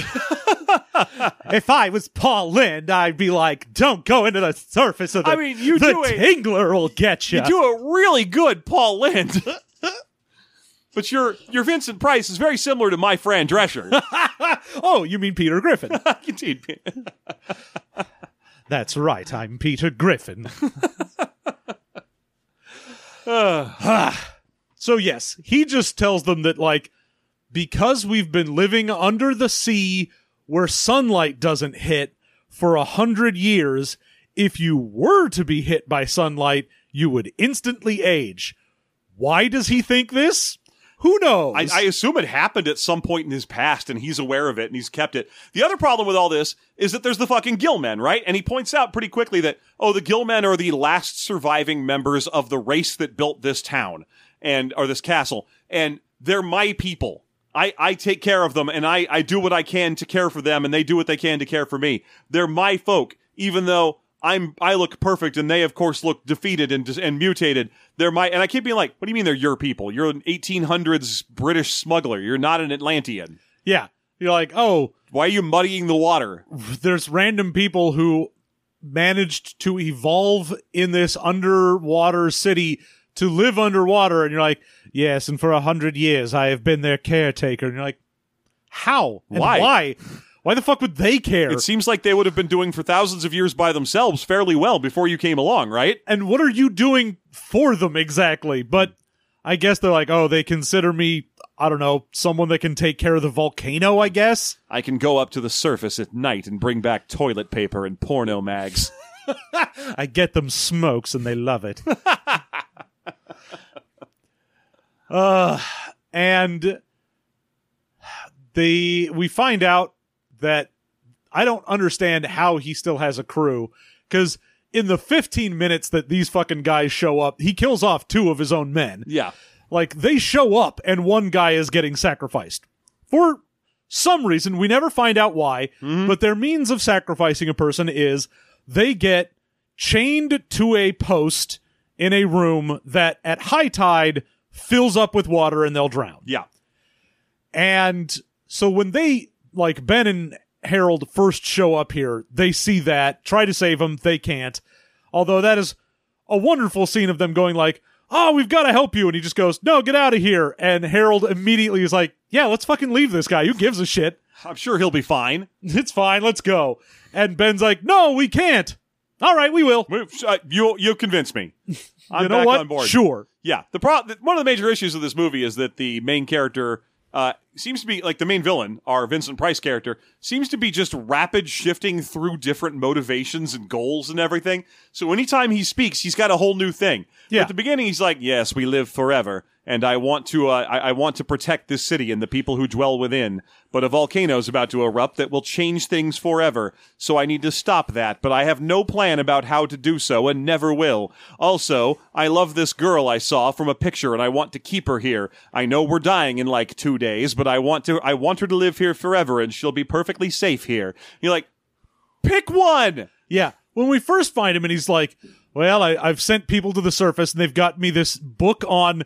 [SPEAKER 1] if I was Paul Lind, I'd be like, "Don't go into the surface of the.
[SPEAKER 2] I mean, you
[SPEAKER 1] the
[SPEAKER 2] do a-
[SPEAKER 1] tingler will get you."
[SPEAKER 2] You do a really good Paul Lind. but your your Vincent Price is very similar to my friend Drescher.
[SPEAKER 1] oh, you mean Peter Griffin?
[SPEAKER 2] Indeed.
[SPEAKER 1] That's right. I'm Peter Griffin. Ah. so yes, he just tells them that like because we've been living under the sea where sunlight doesn't hit for a hundred years, if you were to be hit by sunlight, you would instantly age. Why does he think this? Who knows?
[SPEAKER 2] I, I assume it happened at some point in his past, and he's aware of it, and he's kept it. The other problem with all this is that there's the fucking Gill men, right? And he points out pretty quickly that oh, the Gill men are the last surviving members of the race that built this town, and or this castle, and they're my people. I, I take care of them and I, I do what I can to care for them and they do what they can to care for me. They're my folk, even though I'm I look perfect and they of course look defeated and dis- and mutated. They're my and I keep being like, what do you mean they're your people? You're an 1800s British smuggler. You're not an Atlantean.
[SPEAKER 1] Yeah. You're like, oh,
[SPEAKER 2] Why are you muddying the water?
[SPEAKER 1] there's random people who managed to evolve in this underwater city to live underwater and you're like yes and for a hundred years i have been their caretaker and you're like how and
[SPEAKER 2] Why?
[SPEAKER 1] why why the fuck would they care
[SPEAKER 2] It seems like they would have been doing for thousands of years by themselves fairly well before you came along, right?
[SPEAKER 1] and what are you doing for them exactly but i guess they're like oh they consider me i don't know someone that can take care of the volcano i guess
[SPEAKER 2] I can go up to the surface at night and bring back toilet paper and porno mags.
[SPEAKER 1] i get them smokes and they love it uh, and the we find out that I don't understand how he still has a crew because in the 15 minutes that these fucking guys show up, he kills off two of his own men.
[SPEAKER 2] yeah.
[SPEAKER 1] Like they show up and one guy is getting sacrificed for some reason. We never find out why, but their means of sacrificing a person is they get chained to a post in a room that at high tide fills up with water and they'll drown.
[SPEAKER 2] Yeah.
[SPEAKER 1] And so when they like Ben and Harold first show up here, they see that, try to save him, they can't. Although that is a wonderful scene of them going like, "Oh, we've got to help you," and he just goes, "No, get out of here!" And Harold immediately is like, "Yeah, let's fucking leave this guy. Who gives a shit?
[SPEAKER 2] I'm sure he'll be fine.
[SPEAKER 1] It's fine. Let's go." And Ben's like, "No, we can't." All right, we will.
[SPEAKER 2] Move- uh, You you convince me. I'm
[SPEAKER 1] you know
[SPEAKER 2] back
[SPEAKER 1] what?
[SPEAKER 2] on board.
[SPEAKER 1] Sure.
[SPEAKER 2] Yeah. The pro- th- one of the major issues of this movie is that the main character uh, seems to be like the main villain, our Vincent Price character, seems to be just rapid shifting through different motivations and goals and everything. So anytime he speaks, he's got a whole new thing.
[SPEAKER 1] Yeah.
[SPEAKER 2] At the beginning, he's like, "Yes, we live forever." And I want to, uh, I-, I want to protect this city and the people who dwell within. But a volcano is about to erupt that will change things forever. So I need to stop that. But I have no plan about how to do so and never will. Also, I love this girl I saw from a picture and I want to keep her here. I know we're dying in like two days, but I want to, I want her to live here forever and she'll be perfectly safe here. You're like, pick one.
[SPEAKER 1] Yeah. When we first find him and he's like, well, I, I've sent people to the surface and they've got me this book on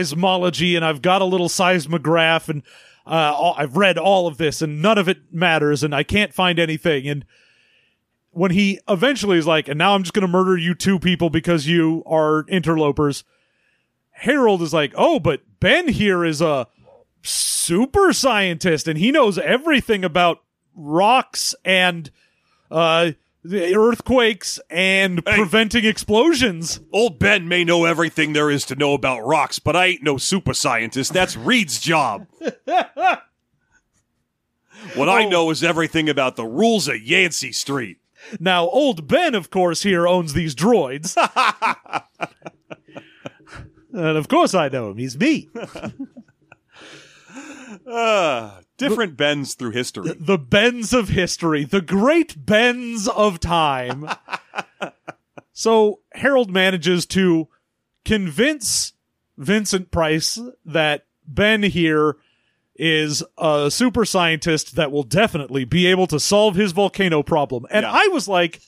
[SPEAKER 1] seismology and I've got a little seismograph and uh, all, I've read all of this and none of it matters and I can't find anything. And when he eventually is like, and now I'm just going to murder you two people because you are interlopers, Harold is like, oh, but Ben here is a super scientist and he knows everything about rocks and uh, the earthquakes and preventing explosions.
[SPEAKER 2] Old Ben may know everything there is to know about rocks, but I ain't no super scientist. That's Reed's job. what I know is everything about the rules of Yancey Street.
[SPEAKER 1] Now, old Ben, of course, here owns these droids. and of course I know him. He's me.
[SPEAKER 2] Uh, different Bens through history.
[SPEAKER 1] The bends of history, the great bends of time. so Harold manages to convince Vincent Price that Ben here is a super scientist that will definitely be able to solve his volcano problem. And
[SPEAKER 2] Yeah.
[SPEAKER 1] I was like,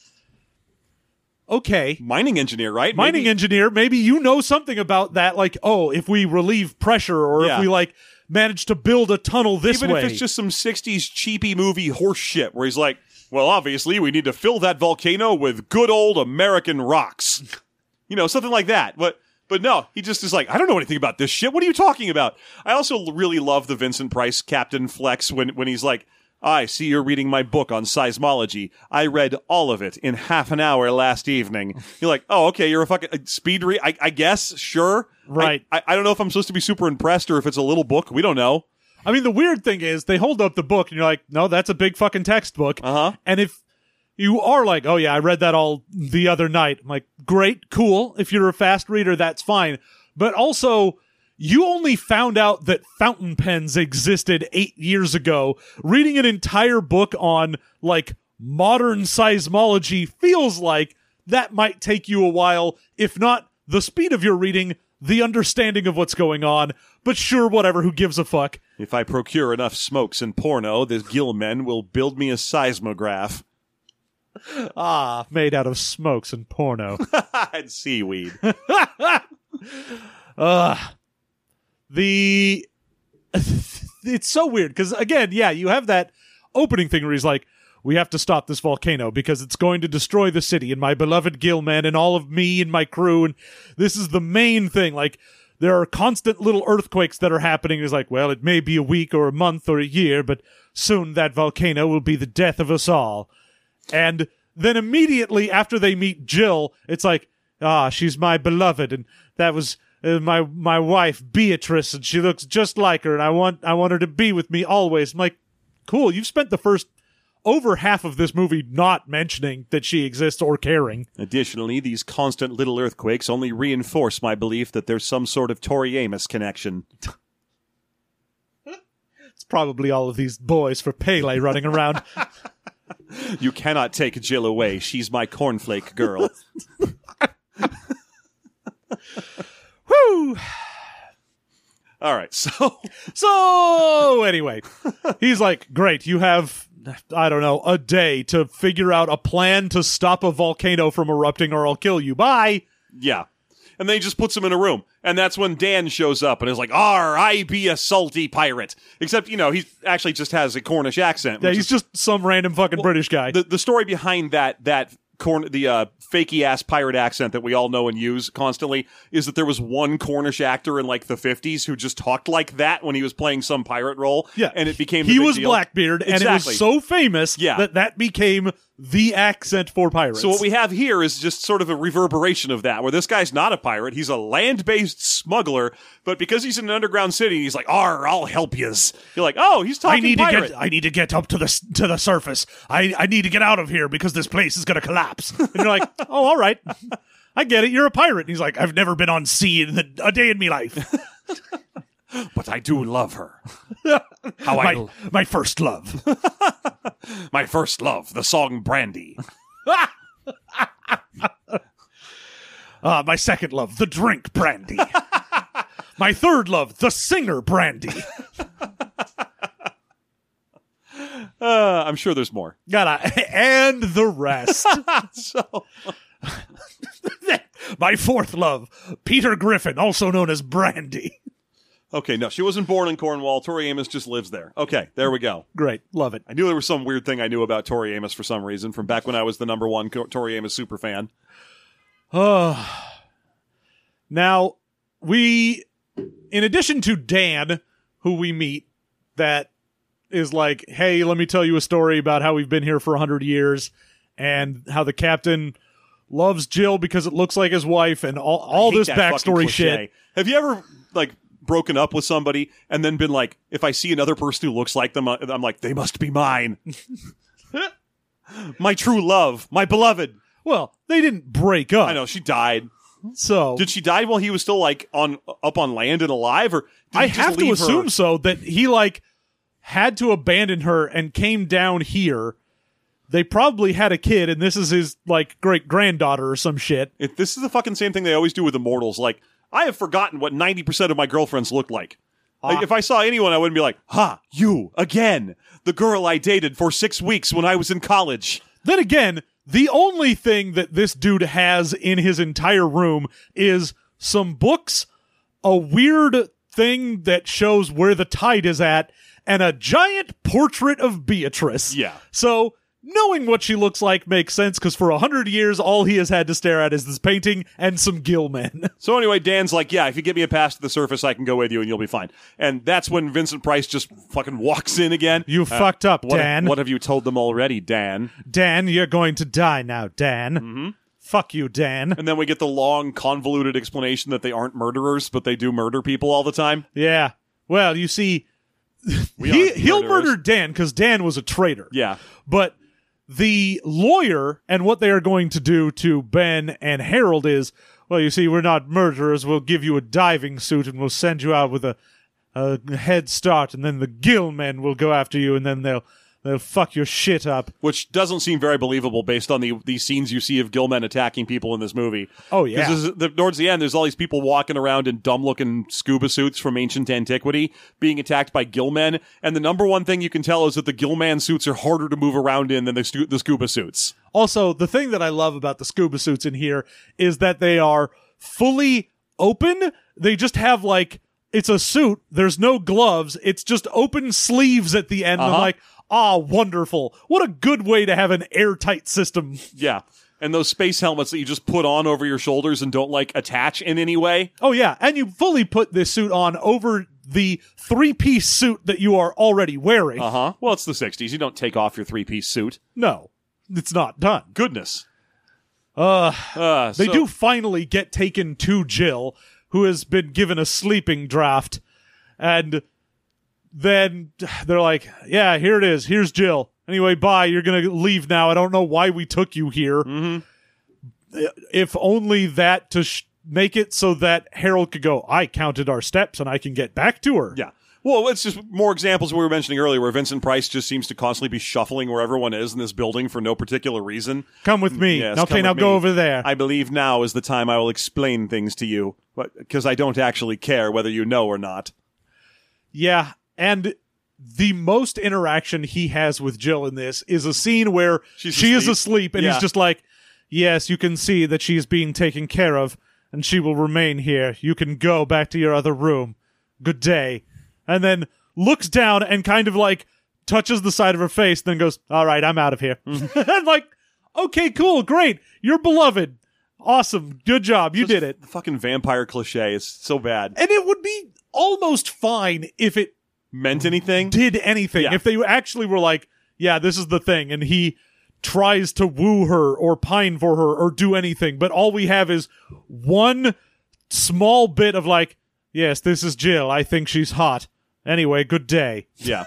[SPEAKER 1] okay.
[SPEAKER 2] Mining engineer, right?
[SPEAKER 1] mining
[SPEAKER 2] Maybe-
[SPEAKER 1] engineer, maybe you know something about that. Like, oh, if we relieve pressure or
[SPEAKER 2] Yeah.
[SPEAKER 1] if we like manage to build a tunnel this
[SPEAKER 2] Even
[SPEAKER 1] way.
[SPEAKER 2] if it's just some 60s cheapy movie horse shit where he's like, well, obviously, we need to fill that volcano with good old American rocks. you know, something like that. But but no, he just is like, I don't know anything about this shit. What are you talking about? I also l- really love the Vincent Price Captain Flex when when he's like, I see you're reading my book on seismology. I read all of it in half an hour last evening. You're like, oh, okay, you're a fucking a speed read. I, I guess, sure. I-
[SPEAKER 1] Right.
[SPEAKER 2] I, I don't know if I'm supposed to be super impressed or if it's a little book. We don't know.
[SPEAKER 1] I mean, the weird thing is they hold up the book and you're like, no, that's a big fucking textbook.
[SPEAKER 2] Uh-huh.
[SPEAKER 1] And if you are like, oh yeah, I read that all the other night. I'm like, great, cool. If you're a fast reader, that's fine. But also, you only found out that fountain pens existed eight years ago. Reading an entire book on like modern seismology feels like that might take you a while, if not the speed of your reading, the understanding of what's going on, but sure, whatever, who gives a fuck?
[SPEAKER 2] If I procure enough smokes and porno, the Gillmen will build me a seismograph
[SPEAKER 1] Ah, made out of smokes and porno.
[SPEAKER 2] and seaweed.
[SPEAKER 1] the it's so weird because again yeah you have that opening thing where he's like we have to stop this volcano because it's going to destroy the city and my beloved gilman and all of me and my crew and this is the main thing like there are constant little earthquakes that are happening he's like well it may be a week or a month or a year but soon that volcano will be the death of us all and then immediately after they meet Jill, it's like, ah, she's my beloved, and that was uh, my my wife Beatrice, and she looks just like her, and I want I want her to be with me always. I'm like, cool. You've spent the first over half of this movie not mentioning that she exists or caring.
[SPEAKER 2] Additionally, these constant little earthquakes only reinforce my belief that there's some sort of Tori Amos connection.
[SPEAKER 1] It's probably all of these boys for Pele running around.
[SPEAKER 2] You cannot take Jill away. She's my cornflake girl.
[SPEAKER 1] Woo!
[SPEAKER 2] All right, so
[SPEAKER 1] So anyway, he's like, "Great, you have I don't know a day to figure out a plan to stop a volcano from erupting, or I'll kill you." Bye.
[SPEAKER 2] yeah. And then he just puts him in a room. And that's when Dan shows up and is like, R, I be a salty pirate. Except, you know, he actually just has a Cornish accent.
[SPEAKER 1] Yeah,
[SPEAKER 2] which
[SPEAKER 1] he's
[SPEAKER 2] is-
[SPEAKER 1] just some random fucking British guy.
[SPEAKER 2] the, the story behind that that corn the uh, fakey ass pirate accent that we all know and use constantly is that there was one Cornish actor in like the fifties who just talked like that when he was playing some pirate role.
[SPEAKER 1] yeah,
[SPEAKER 2] and it became the
[SPEAKER 1] he
[SPEAKER 2] big
[SPEAKER 1] was
[SPEAKER 2] deal.
[SPEAKER 1] Blackbeard, and it
[SPEAKER 2] Exactly.
[SPEAKER 1] was so famous
[SPEAKER 2] Yeah.
[SPEAKER 1] that that became the accent for pirates.
[SPEAKER 2] So what we have here is just sort of a reverberation of that, where this guy's not a pirate; he's a land-based smuggler. But because he's in an underground city, he's like, "Arr, I'll help yous." You're like, "Oh, he's
[SPEAKER 1] I
[SPEAKER 2] talking
[SPEAKER 1] need
[SPEAKER 2] pirate."
[SPEAKER 1] to get I need to get up to the s- to the surface. I I need to get out of here because this place is going to collapse. And you're like, "Oh, all right. I get it. You're a pirate." And he's like, "I've never been on sea in the, a day in me life."
[SPEAKER 2] but I do love her. How I
[SPEAKER 1] my,
[SPEAKER 2] l-
[SPEAKER 1] my first love.
[SPEAKER 2] my first love, the song Brandy.
[SPEAKER 1] Uh, my second love, the drink brandy. my third love, the singer brandy.
[SPEAKER 2] Uh, I'm sure there's more.
[SPEAKER 1] Got I and the rest.
[SPEAKER 2] So
[SPEAKER 1] my fourth love, Peter Griffin, also known as Brandy.
[SPEAKER 2] okay, no, she wasn't born in Cornwall. Tori Amos just lives there. Okay, there we go.
[SPEAKER 1] Great, love it.
[SPEAKER 2] I knew there was some weird thing I knew about Tori Amos for some reason from back when I was the number one Co- Tori Amos super fan.
[SPEAKER 1] Oh. Now, we, in addition to Dan, who we meet, that is like, hey, let me tell you a story about how we've been here for 100 years and how the captain loves Jill because it looks like his wife and all, all
[SPEAKER 2] hate
[SPEAKER 1] this
[SPEAKER 2] that fucking
[SPEAKER 1] backstory
[SPEAKER 2] cliche.
[SPEAKER 1] shit.
[SPEAKER 2] Have you ever like broken up with somebody and then been like, if I see another person who looks like them, uh, I'm like, they must be mine. my true love, my beloved.
[SPEAKER 1] Well, they didn't break up.
[SPEAKER 2] I know she died.
[SPEAKER 1] So
[SPEAKER 2] Did she die while he was still like on up on land and alive, or did
[SPEAKER 1] I
[SPEAKER 2] he just
[SPEAKER 1] have to
[SPEAKER 2] leave her?
[SPEAKER 1] assume so that he like had to abandon her and came down here. They probably had a kid, and this is his like great granddaughter or some shit.
[SPEAKER 2] If this is the fucking same thing they always do with immortals, like I have forgotten what ninety percent of my girlfriends look like. Like, if I saw anyone, I wouldn't be like, "Ha, you again, the girl I dated for six weeks when I was in college."
[SPEAKER 1] Then again, the only thing that this dude has in his entire room is some books, a weird thing that shows where the tide is at, and a giant portrait of Beatrice.
[SPEAKER 2] Yeah.
[SPEAKER 1] So knowing what she looks like makes sense because for a hundred years, all he has had to stare at is this painting and some gill men.
[SPEAKER 2] So anyway, Dan's like, "Yeah, if you get me a pass to the surface, I can go with you, and you'll be fine." And that's when Vincent Price just fucking walks in again.
[SPEAKER 1] You fucked up,
[SPEAKER 2] Uh, What,
[SPEAKER 1] Dan.
[SPEAKER 2] what have you told them already, Dan?
[SPEAKER 1] Dan, you're going to die now, Dan.
[SPEAKER 2] Mm-hmm.
[SPEAKER 1] Fuck you, Dan.
[SPEAKER 2] And then we get the long, convoluted explanation that they aren't murderers, but they do murder people all the time.
[SPEAKER 1] Yeah. Well, you see,
[SPEAKER 2] We
[SPEAKER 1] he,
[SPEAKER 2] aren't
[SPEAKER 1] he'll
[SPEAKER 2] murderers.
[SPEAKER 1] murder Dan because Dan was a traitor.
[SPEAKER 2] Yeah.
[SPEAKER 1] But the lawyer and what they are going to do to Ben and Harold is, well, you see, we're not murderers. We'll give you a diving suit and we'll send you out with a, a head start, and then the gill men will go after you, and then they'll They'll fuck your shit up.
[SPEAKER 2] which doesn't seem very believable based on the the scenes you see of Gilman attacking people in this movie.
[SPEAKER 1] Oh, yeah.
[SPEAKER 2] 'Cause there's- the, towards the end, there's all these people walking around in dumb looking scuba suits from ancient antiquity being attacked by Gilmen, and the number one thing you can tell is that the Gilman suits are harder to move around in than the, stu- the scuba suits.
[SPEAKER 1] Also, the thing that I love about the scuba suits in here is that they are fully open. They just have like it's a suit. There's no gloves. It's just open sleeves at the end. I'm like, ah, wonderful. What a good way to have an airtight system.
[SPEAKER 2] Yeah. And those space helmets that you just put on over your shoulders and don't like attach in any way.
[SPEAKER 1] Oh yeah, and you fully put this suit on over the three-piece suit that you are already wearing.
[SPEAKER 2] Uh huh. Well, it's the 60s. You don't take off your three piece suit.
[SPEAKER 1] No, it's not done.
[SPEAKER 2] Goodness.
[SPEAKER 1] Uh,
[SPEAKER 2] Uh,
[SPEAKER 1] They
[SPEAKER 2] so-
[SPEAKER 1] do finally get taken to Jill, who has been given a sleeping draft, and then they're like, "Yeah, here it is. Here's Jill. Anyway, bye. You're gonna leave now. I don't know why we took you here.
[SPEAKER 2] Mm-hmm.
[SPEAKER 1] If only that to sh- make it so that Harold could go. I counted our steps, and I can get back to her.
[SPEAKER 2] Yeah. Well, it's just more examples we were mentioning earlier where Vincent Price just seems to constantly be shuffling where everyone is in this building for no particular reason.
[SPEAKER 1] come with me.
[SPEAKER 2] Yes, come
[SPEAKER 1] okay,
[SPEAKER 2] with
[SPEAKER 1] now
[SPEAKER 2] me.
[SPEAKER 1] go over there.
[SPEAKER 2] I believe now is the time I will explain things to you because I don't actually care whether you know or not.
[SPEAKER 1] Yeah, and the most interaction he has with Jill in this is a scene where
[SPEAKER 2] She's
[SPEAKER 1] she is
[SPEAKER 2] asleep.
[SPEAKER 1] asleep, and
[SPEAKER 2] Yeah.
[SPEAKER 1] he's just like, "Yes, you can see that she is being taken care of, and she will remain here. You can go back to your other room. Good day." And then looks down and kind of like touches the side of her face, then goes, "All right, I'm out of here."
[SPEAKER 2] Mm-hmm.
[SPEAKER 1] and like, okay, cool, great, you're beloved, awesome, good job, you did it.
[SPEAKER 2] The fucking vampire cliche is so bad.
[SPEAKER 1] And it would be almost fine if it
[SPEAKER 2] Meant anything?
[SPEAKER 1] did anything,
[SPEAKER 2] Yeah.
[SPEAKER 1] if they actually were like, yeah, this is the thing, and he tries to woo her or pine for her or do anything, but all we have is one small bit of like, yes, this is Jill. I think she's hot. Anyway, good day.
[SPEAKER 2] Yeah.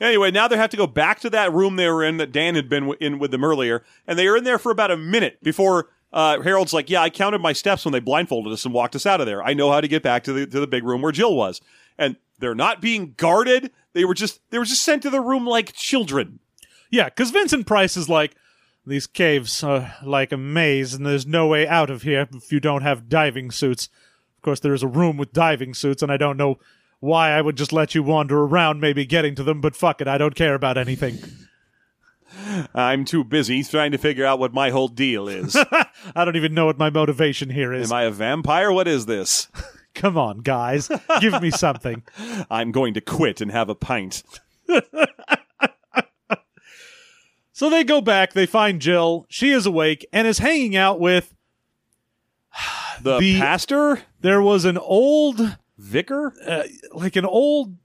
[SPEAKER 2] Anyway, now they have to go back to that room they were in that Dan had been w- in with them earlier, and they are in there for about a minute before uh, Harold's like, "Yeah, I counted my steps when they blindfolded us and walked us out of there. I know how to get back to the to the big room where Jill was." And they're not being guarded. They were just they were just sent to the room like children.
[SPEAKER 1] Yeah, because Vincent Price is like, these caves are like a maze, and there's no way out of here if you don't have diving suits. Of course, there is a room with diving suits, and I don't know why I would just let you wander around, maybe getting to them, but fuck it, I don't care about anything.
[SPEAKER 2] I'm too busy trying to figure out what my whole deal is.
[SPEAKER 1] I don't even know what my motivation here is.
[SPEAKER 2] Am I a vampire? What is this?
[SPEAKER 1] Come on, guys. Give me something.
[SPEAKER 2] I'm going to quit and have a pint.
[SPEAKER 1] So they go back, they find Jill. She is awake and is hanging out with.
[SPEAKER 2] The,
[SPEAKER 1] The-
[SPEAKER 2] pastor,
[SPEAKER 1] There was an old,
[SPEAKER 2] vicar,
[SPEAKER 1] uh, like an old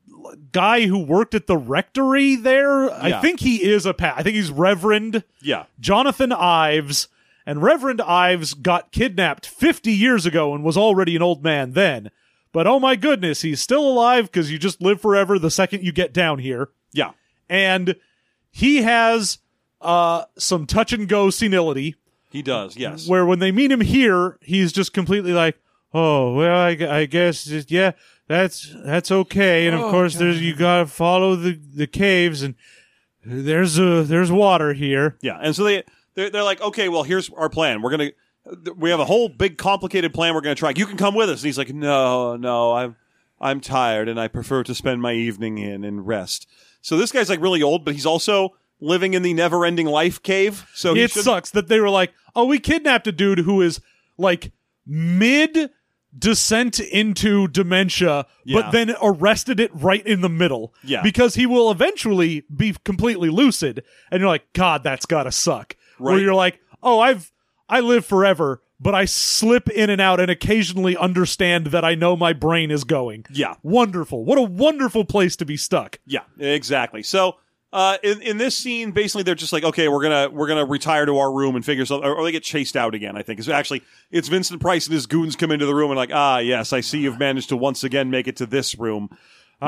[SPEAKER 1] guy who worked at the rectory there.
[SPEAKER 2] Yeah.
[SPEAKER 1] I think he is a pa- I think he's Reverend
[SPEAKER 2] yeah,
[SPEAKER 1] Jonathan Ives. And Reverend Ives got kidnapped 50 years ago and was already an old man then. But oh my goodness, he's still alive because you just live forever the second you get down here.
[SPEAKER 2] yeah.
[SPEAKER 1] and he has uh some touch and go senility
[SPEAKER 2] He does, yes.
[SPEAKER 1] where when they meet him here he's just completely like oh well i, gu- I guess just, yeah that's that's okay and of course there's you gotta follow the the caves and there's uh there's water here
[SPEAKER 2] Yeah, and so they they're, they're like, okay, well, here's our plan. We're gonna we have a whole big complicated plan. We're gonna try. You can come with us. And he's like, no, no, I'm I'm tired, and I prefer to spend my evening in and rest. So this guy's like really old, but he's also living in the never ending life cave. So Oh, he
[SPEAKER 1] it
[SPEAKER 2] should-
[SPEAKER 1] sucks that they were like oh we kidnapped a dude who is like mid descent into dementia
[SPEAKER 2] Yeah.
[SPEAKER 1] but then arrested it right in the middle
[SPEAKER 2] Yeah.
[SPEAKER 1] because he will eventually be completely lucid and you're like god that's gotta suck where
[SPEAKER 2] Right.
[SPEAKER 1] you're like oh i've i live forever but i slip in and out and occasionally understand that i know my brain is going
[SPEAKER 2] Yeah.
[SPEAKER 1] wonderful what a wonderful place to be stuck
[SPEAKER 2] Yeah, exactly. So uh, in in this scene, basically they're just like, okay, we're gonna we're gonna retire to our room and figure something, or, or they get chased out again. I think it's actually it's Vincent Price and his goons come into the room and like, ah, yes, I see you've managed to once again make it to this room. Now-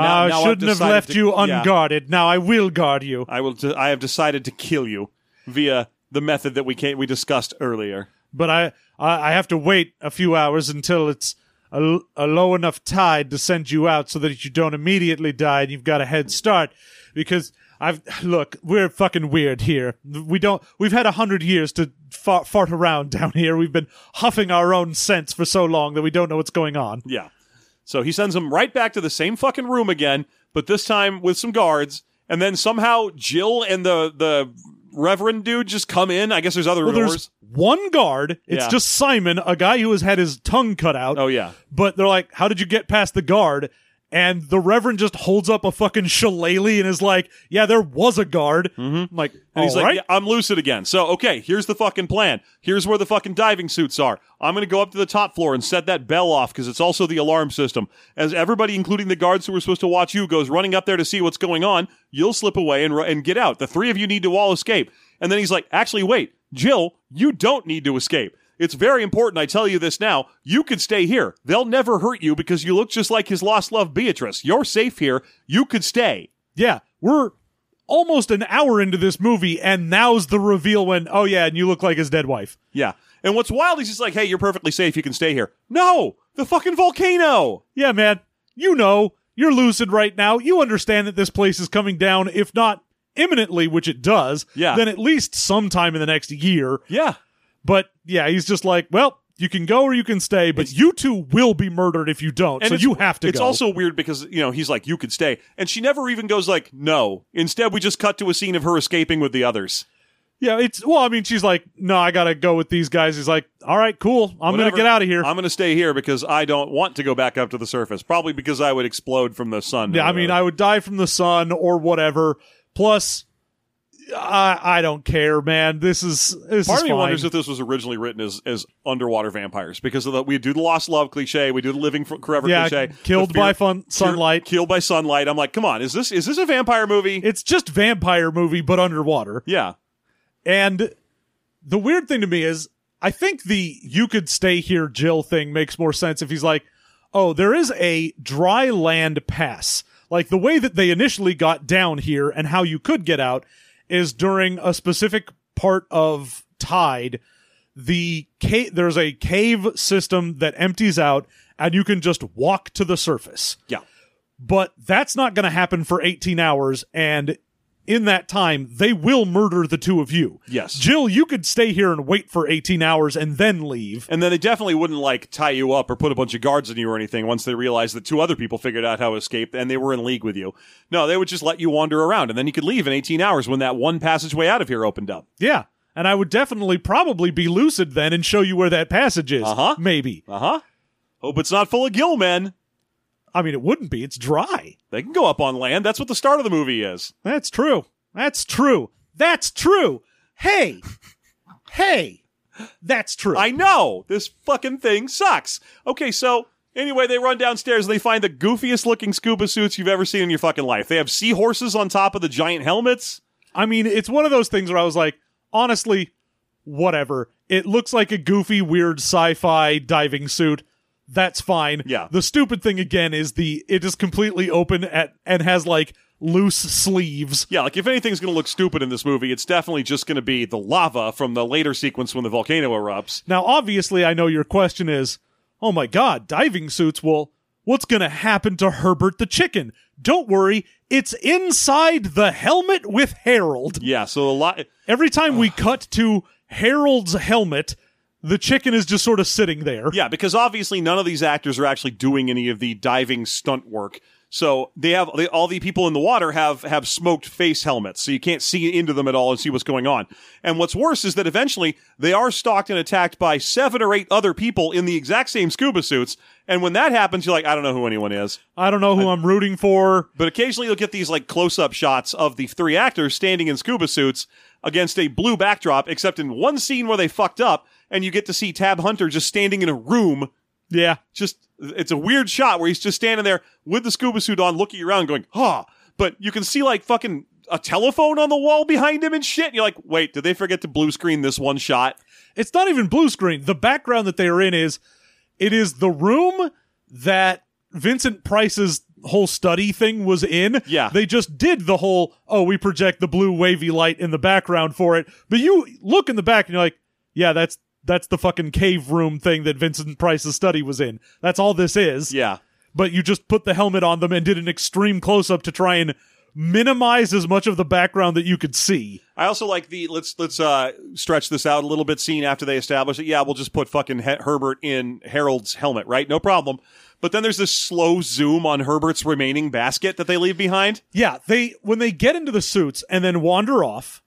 [SPEAKER 1] i
[SPEAKER 2] now I've
[SPEAKER 1] Ah, shouldn't have
[SPEAKER 2] decided
[SPEAKER 1] left
[SPEAKER 2] to-
[SPEAKER 1] you
[SPEAKER 2] yeah,
[SPEAKER 1] unguarded now i will guard you
[SPEAKER 2] I will. de- I have decided to kill you via the method that we can we discussed earlier.
[SPEAKER 1] but I, I I have to wait a few hours until it's a, l- a low enough tide to send you out so that you don't immediately die and you've got a head start because I've look, we're fucking weird here. We don't. We've had a hundred years to fart, fart around down here. We've been huffing our own scents for so long that we don't know what's going on.
[SPEAKER 2] Yeah. So he sends him right back to the same fucking room again, but this time with some guards. And then somehow Jill and the the Reverend dude just come in. I guess there's other
[SPEAKER 1] Well,
[SPEAKER 2] doors.
[SPEAKER 1] there's one guard. It's
[SPEAKER 2] Yeah.
[SPEAKER 1] just Simon, a guy who has had his tongue cut out.
[SPEAKER 2] Oh yeah.
[SPEAKER 1] But they're like, "How did you get past the guard?" And the Reverend just holds up a fucking shillelagh and is like, "Yeah, there was a guard." Mm-hmm. I'm like,
[SPEAKER 2] And he's
[SPEAKER 1] "All
[SPEAKER 2] like,
[SPEAKER 1] right."
[SPEAKER 2] yeah, I'm lucid again. So, okay, here's the fucking plan. Here's where the fucking diving suits are. I'm going to go up to the top floor and set that bell off because it's also the alarm system. As everybody, including the guards who were supposed to watch you, goes running up there to see what's going on, you'll slip away and, ru- and get out. The three of you need to all escape. And then he's like, actually, wait, Jill, you don't need to escape. It's very important I tell you this now. You can stay here. They'll never hurt you because you look just like his lost love, Beatrice. You're safe here. You could stay.
[SPEAKER 1] yeah, we're almost an hour into this movie, and now's the reveal when, oh yeah, and you look like his dead wife.
[SPEAKER 2] Yeah. And what's wild is he's like, hey, you're perfectly safe. You can stay here. No, the fucking volcano.
[SPEAKER 1] Yeah, man, you know, you're lucid right now. You understand that this place is coming down, if not imminently, which it does.
[SPEAKER 2] Yeah.
[SPEAKER 1] Then at least sometime in the next year.
[SPEAKER 2] Yeah.
[SPEAKER 1] But yeah, he's just like, well, you can go or you can stay, but you two will be murdered if you don't. So
[SPEAKER 2] it's-
[SPEAKER 1] you have to
[SPEAKER 2] It's
[SPEAKER 1] go.
[SPEAKER 2] also weird because, you know, he's like, you could stay. And she never even goes like, no. Instead, we just cut to a scene of her escaping with the others.
[SPEAKER 1] yeah. It's well, I mean, she's like, no, I gotta go with these guys. He's like, all right, cool, I'm
[SPEAKER 2] Whatever.
[SPEAKER 1] gonna get out of here.
[SPEAKER 2] I'm going to stay here because I don't want to go back up to the surface. Probably because I would explode from the sun.
[SPEAKER 1] Yeah, I mean, I would die from the sun or whatever. Plus, I I don't care, man. This is this
[SPEAKER 2] Part
[SPEAKER 1] is
[SPEAKER 2] of me
[SPEAKER 1] fine.
[SPEAKER 2] wonders if this was originally written as, as underwater vampires because of the, we do the lost love cliche, we do the living for, forever
[SPEAKER 1] Yeah,
[SPEAKER 2] cliche,
[SPEAKER 1] killed
[SPEAKER 2] the fear-
[SPEAKER 1] by fun- sunlight.
[SPEAKER 2] killed by sunlight. I'm like, come on, is this is this a vampire movie?
[SPEAKER 1] it's just vampire movie but underwater.
[SPEAKER 2] yeah,
[SPEAKER 1] And the weird thing to me is, I think the you could stay here, Jill thing makes more sense if he's like, oh, there is a dry land pass. Like the way that they initially got down here and how you could get out is during a specific part of tide. The cave, there's a cave system that empties out and you can just walk to the surface
[SPEAKER 2] yeah.
[SPEAKER 1] but that's not going to happen for 18 hours and in that time they will murder the two of you
[SPEAKER 2] Yes.
[SPEAKER 1] jill you could stay here and wait for 18 hours and then leave
[SPEAKER 2] And then they definitely wouldn't like tie you up or put a bunch of guards on you or anything once they realized that two other people figured out how to escape and they were in league with you. No, they would just let you wander around and then you could leave in 18 hours when that one passageway out of here opened up.
[SPEAKER 1] yeah and i would definitely probably be lucid then and show you where that passage is
[SPEAKER 2] Uh-huh.
[SPEAKER 1] maybe
[SPEAKER 2] Uh huh. Hope it's not full of gill men.
[SPEAKER 1] i mean it wouldn't be it's dry
[SPEAKER 2] They can go up on land. That's what the start of the movie is.
[SPEAKER 1] that's true that's true that's true hey hey that's true
[SPEAKER 2] I know. This fucking thing sucks. Okay, so anyway, they run downstairs and they find the goofiest looking scuba suits you've ever seen in your fucking life. They have seahorses on top of the giant helmets.
[SPEAKER 1] I mean, it's one of those things where I was like, honestly, whatever. It looks like a goofy, weird sci-fi diving suit. That's fine.
[SPEAKER 2] Yeah.
[SPEAKER 1] The stupid thing again is the it is completely open at and has like loose sleeves.
[SPEAKER 2] Yeah, like if anything's going to look stupid in this movie, it's definitely just going to be the lava from the later sequence when the volcano erupts.
[SPEAKER 1] Now, obviously, I know your question is, oh my god, diving suits. Well, what's gonna happen to Herbert the chicken? Don't worry, it's inside the helmet with Harold.
[SPEAKER 2] Yeah, so the lot.
[SPEAKER 1] Every time we cut to Harold's helmet, the chicken is just sort of sitting there.
[SPEAKER 2] Yeah, because obviously none of these actors are actually doing any of the diving stunt work. So they have they, all the people in the water have have smoked face helmets, so you can't see into them at all and see what's going on. And what's worse is that eventually they are stalked and attacked by seven or eight other people in the exact same scuba suits. And when that happens, you're like, I don't know who anyone is.
[SPEAKER 1] I don't know who I, am rooting for.
[SPEAKER 2] But occasionally you'll get these like close up shots of the three actors standing in scuba suits against a blue backdrop, except in one scene where they fucked up, and you get to see Tab Hunter just standing in a room.
[SPEAKER 1] Yeah.
[SPEAKER 2] Just it's a weird shot where he's just standing there with the scuba suit on, looking around, going, "Huh." But you can see like fucking a telephone on the wall behind him and shit. And you're like, wait, did they forget to blue screen this one shot?
[SPEAKER 1] It's not even blue screen. The background that they are in is it is the room that Vincent Price's whole study thing was in.
[SPEAKER 2] Yeah.
[SPEAKER 1] They just did the whole, oh, we project the blue wavy light in the background for it. But you look in the back and you're like, yeah, that's that's the fucking cave room thing that Vincent Price's study was in. That's all this is.
[SPEAKER 2] Yeah.
[SPEAKER 1] But you just put the helmet on them and did an extreme close up to try and minimize as much of the background that you could see.
[SPEAKER 2] I also like the let's let's uh, stretch this out a little bit. Scene after they establish it, yeah, we'll just put fucking he- Herbert in Harold's helmet, right? No problem. But then there's this slow zoom on Herbert's remaining basket that they leave behind.
[SPEAKER 1] Yeah, they when they get into the suits and then wander off,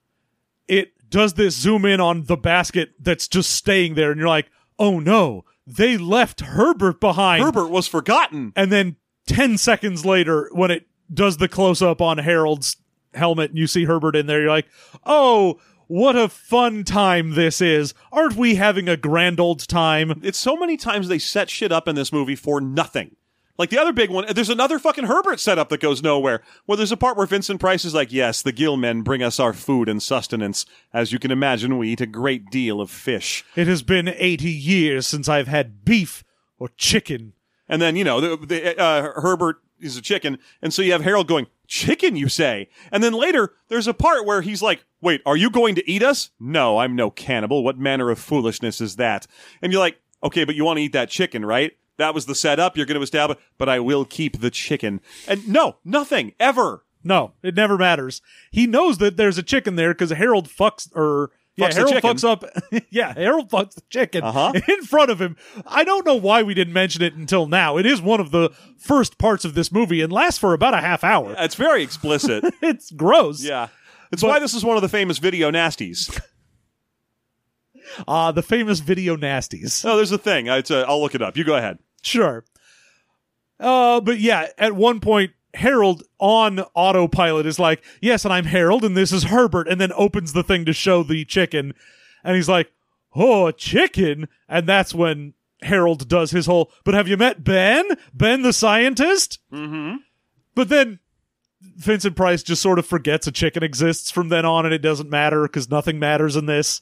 [SPEAKER 1] it does this zoom in on the basket that's just staying there, and you're like, oh no, they left Herbert behind.
[SPEAKER 2] Herbert was forgotten.
[SPEAKER 1] And then ten seconds later, when it does the close up on Harold's helmet and you see Herbert in there, you're like, oh. What a fun time this is. Aren't we having a grand old time?
[SPEAKER 2] It's so many times they set shit up in this movie for nothing. Like the other big one, there's another fucking Herbert setup that goes nowhere. Well, there's a part where Vincent Price is like, "Yes, the gill men bring us our food and sustenance. As you can imagine, we eat a great deal of fish."
[SPEAKER 1] It has been 80 years since I've had beef or chicken.
[SPEAKER 2] And then, you know, the, the, uh, Herbert is a chicken. And so you have Harold going, Chicken, you say? And then later, there's a part where he's like, Wait, are you going to eat us? No, I'm no cannibal. What manner of foolishness is that? And you're like, Okay, but you want to eat that chicken, right? That was the setup. You're going to establish, but I will keep the chicken. And no, nothing ever.
[SPEAKER 1] No, it never matters. He knows that there's a chicken there because Harold fucks or yeah,
[SPEAKER 2] Fucks the
[SPEAKER 1] Harold
[SPEAKER 2] chicken.
[SPEAKER 1] fucks Uh-huh. up. yeah, Harold fucks the chicken in front of him. I don't know why we didn't mention it until now. It is one of the first parts of this movie and lasts for about a half hour.
[SPEAKER 2] It's very explicit.
[SPEAKER 1] It's gross.
[SPEAKER 2] yeah. It's why this is one of the famous video nasties.
[SPEAKER 1] Uh, the famous video nasties.
[SPEAKER 2] No, there's a thing. It's a, I'll look it up. You go ahead.
[SPEAKER 1] Sure. Uh, but yeah, at one point, Harold on autopilot is like, Yes, and I'm Harold, and this is Herbert, and then opens the thing to show the chicken. And he's like, Oh, a chicken? And that's when Harold does his whole, But have you met Ben? Ben the scientist? Mm hmm. But then Vincent Price just sort of forgets a chicken exists from then on, and it doesn't matter because nothing matters in this.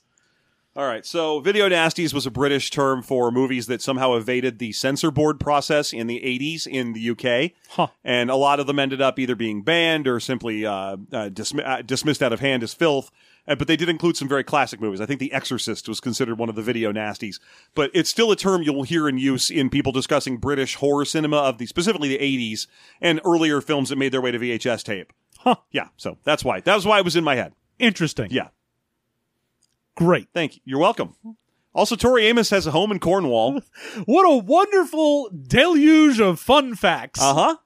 [SPEAKER 2] All right. So, video nasties was a British term for movies that somehow evaded the censor board process in the 80s in the UK.
[SPEAKER 1] Huh.
[SPEAKER 2] And a lot of them ended up either being banned or simply uh, uh, dismi- uh, dismissed out of hand as filth. Uh, but they did include some very classic movies. I think The Exorcist was considered one of the video nasties. But it's still a term you'll hear in use in people discussing British horror cinema of the specifically the 80s and earlier films that made their way to VHS tape.
[SPEAKER 1] Huh.
[SPEAKER 2] Yeah. So, that's why. That was why it was in my head.
[SPEAKER 1] Interesting.
[SPEAKER 2] Yeah.
[SPEAKER 1] Great.
[SPEAKER 2] Thank you. You're welcome. Also, Tori Amos has a home in Cornwall.
[SPEAKER 1] What a wonderful deluge of fun facts.
[SPEAKER 2] Uh huh.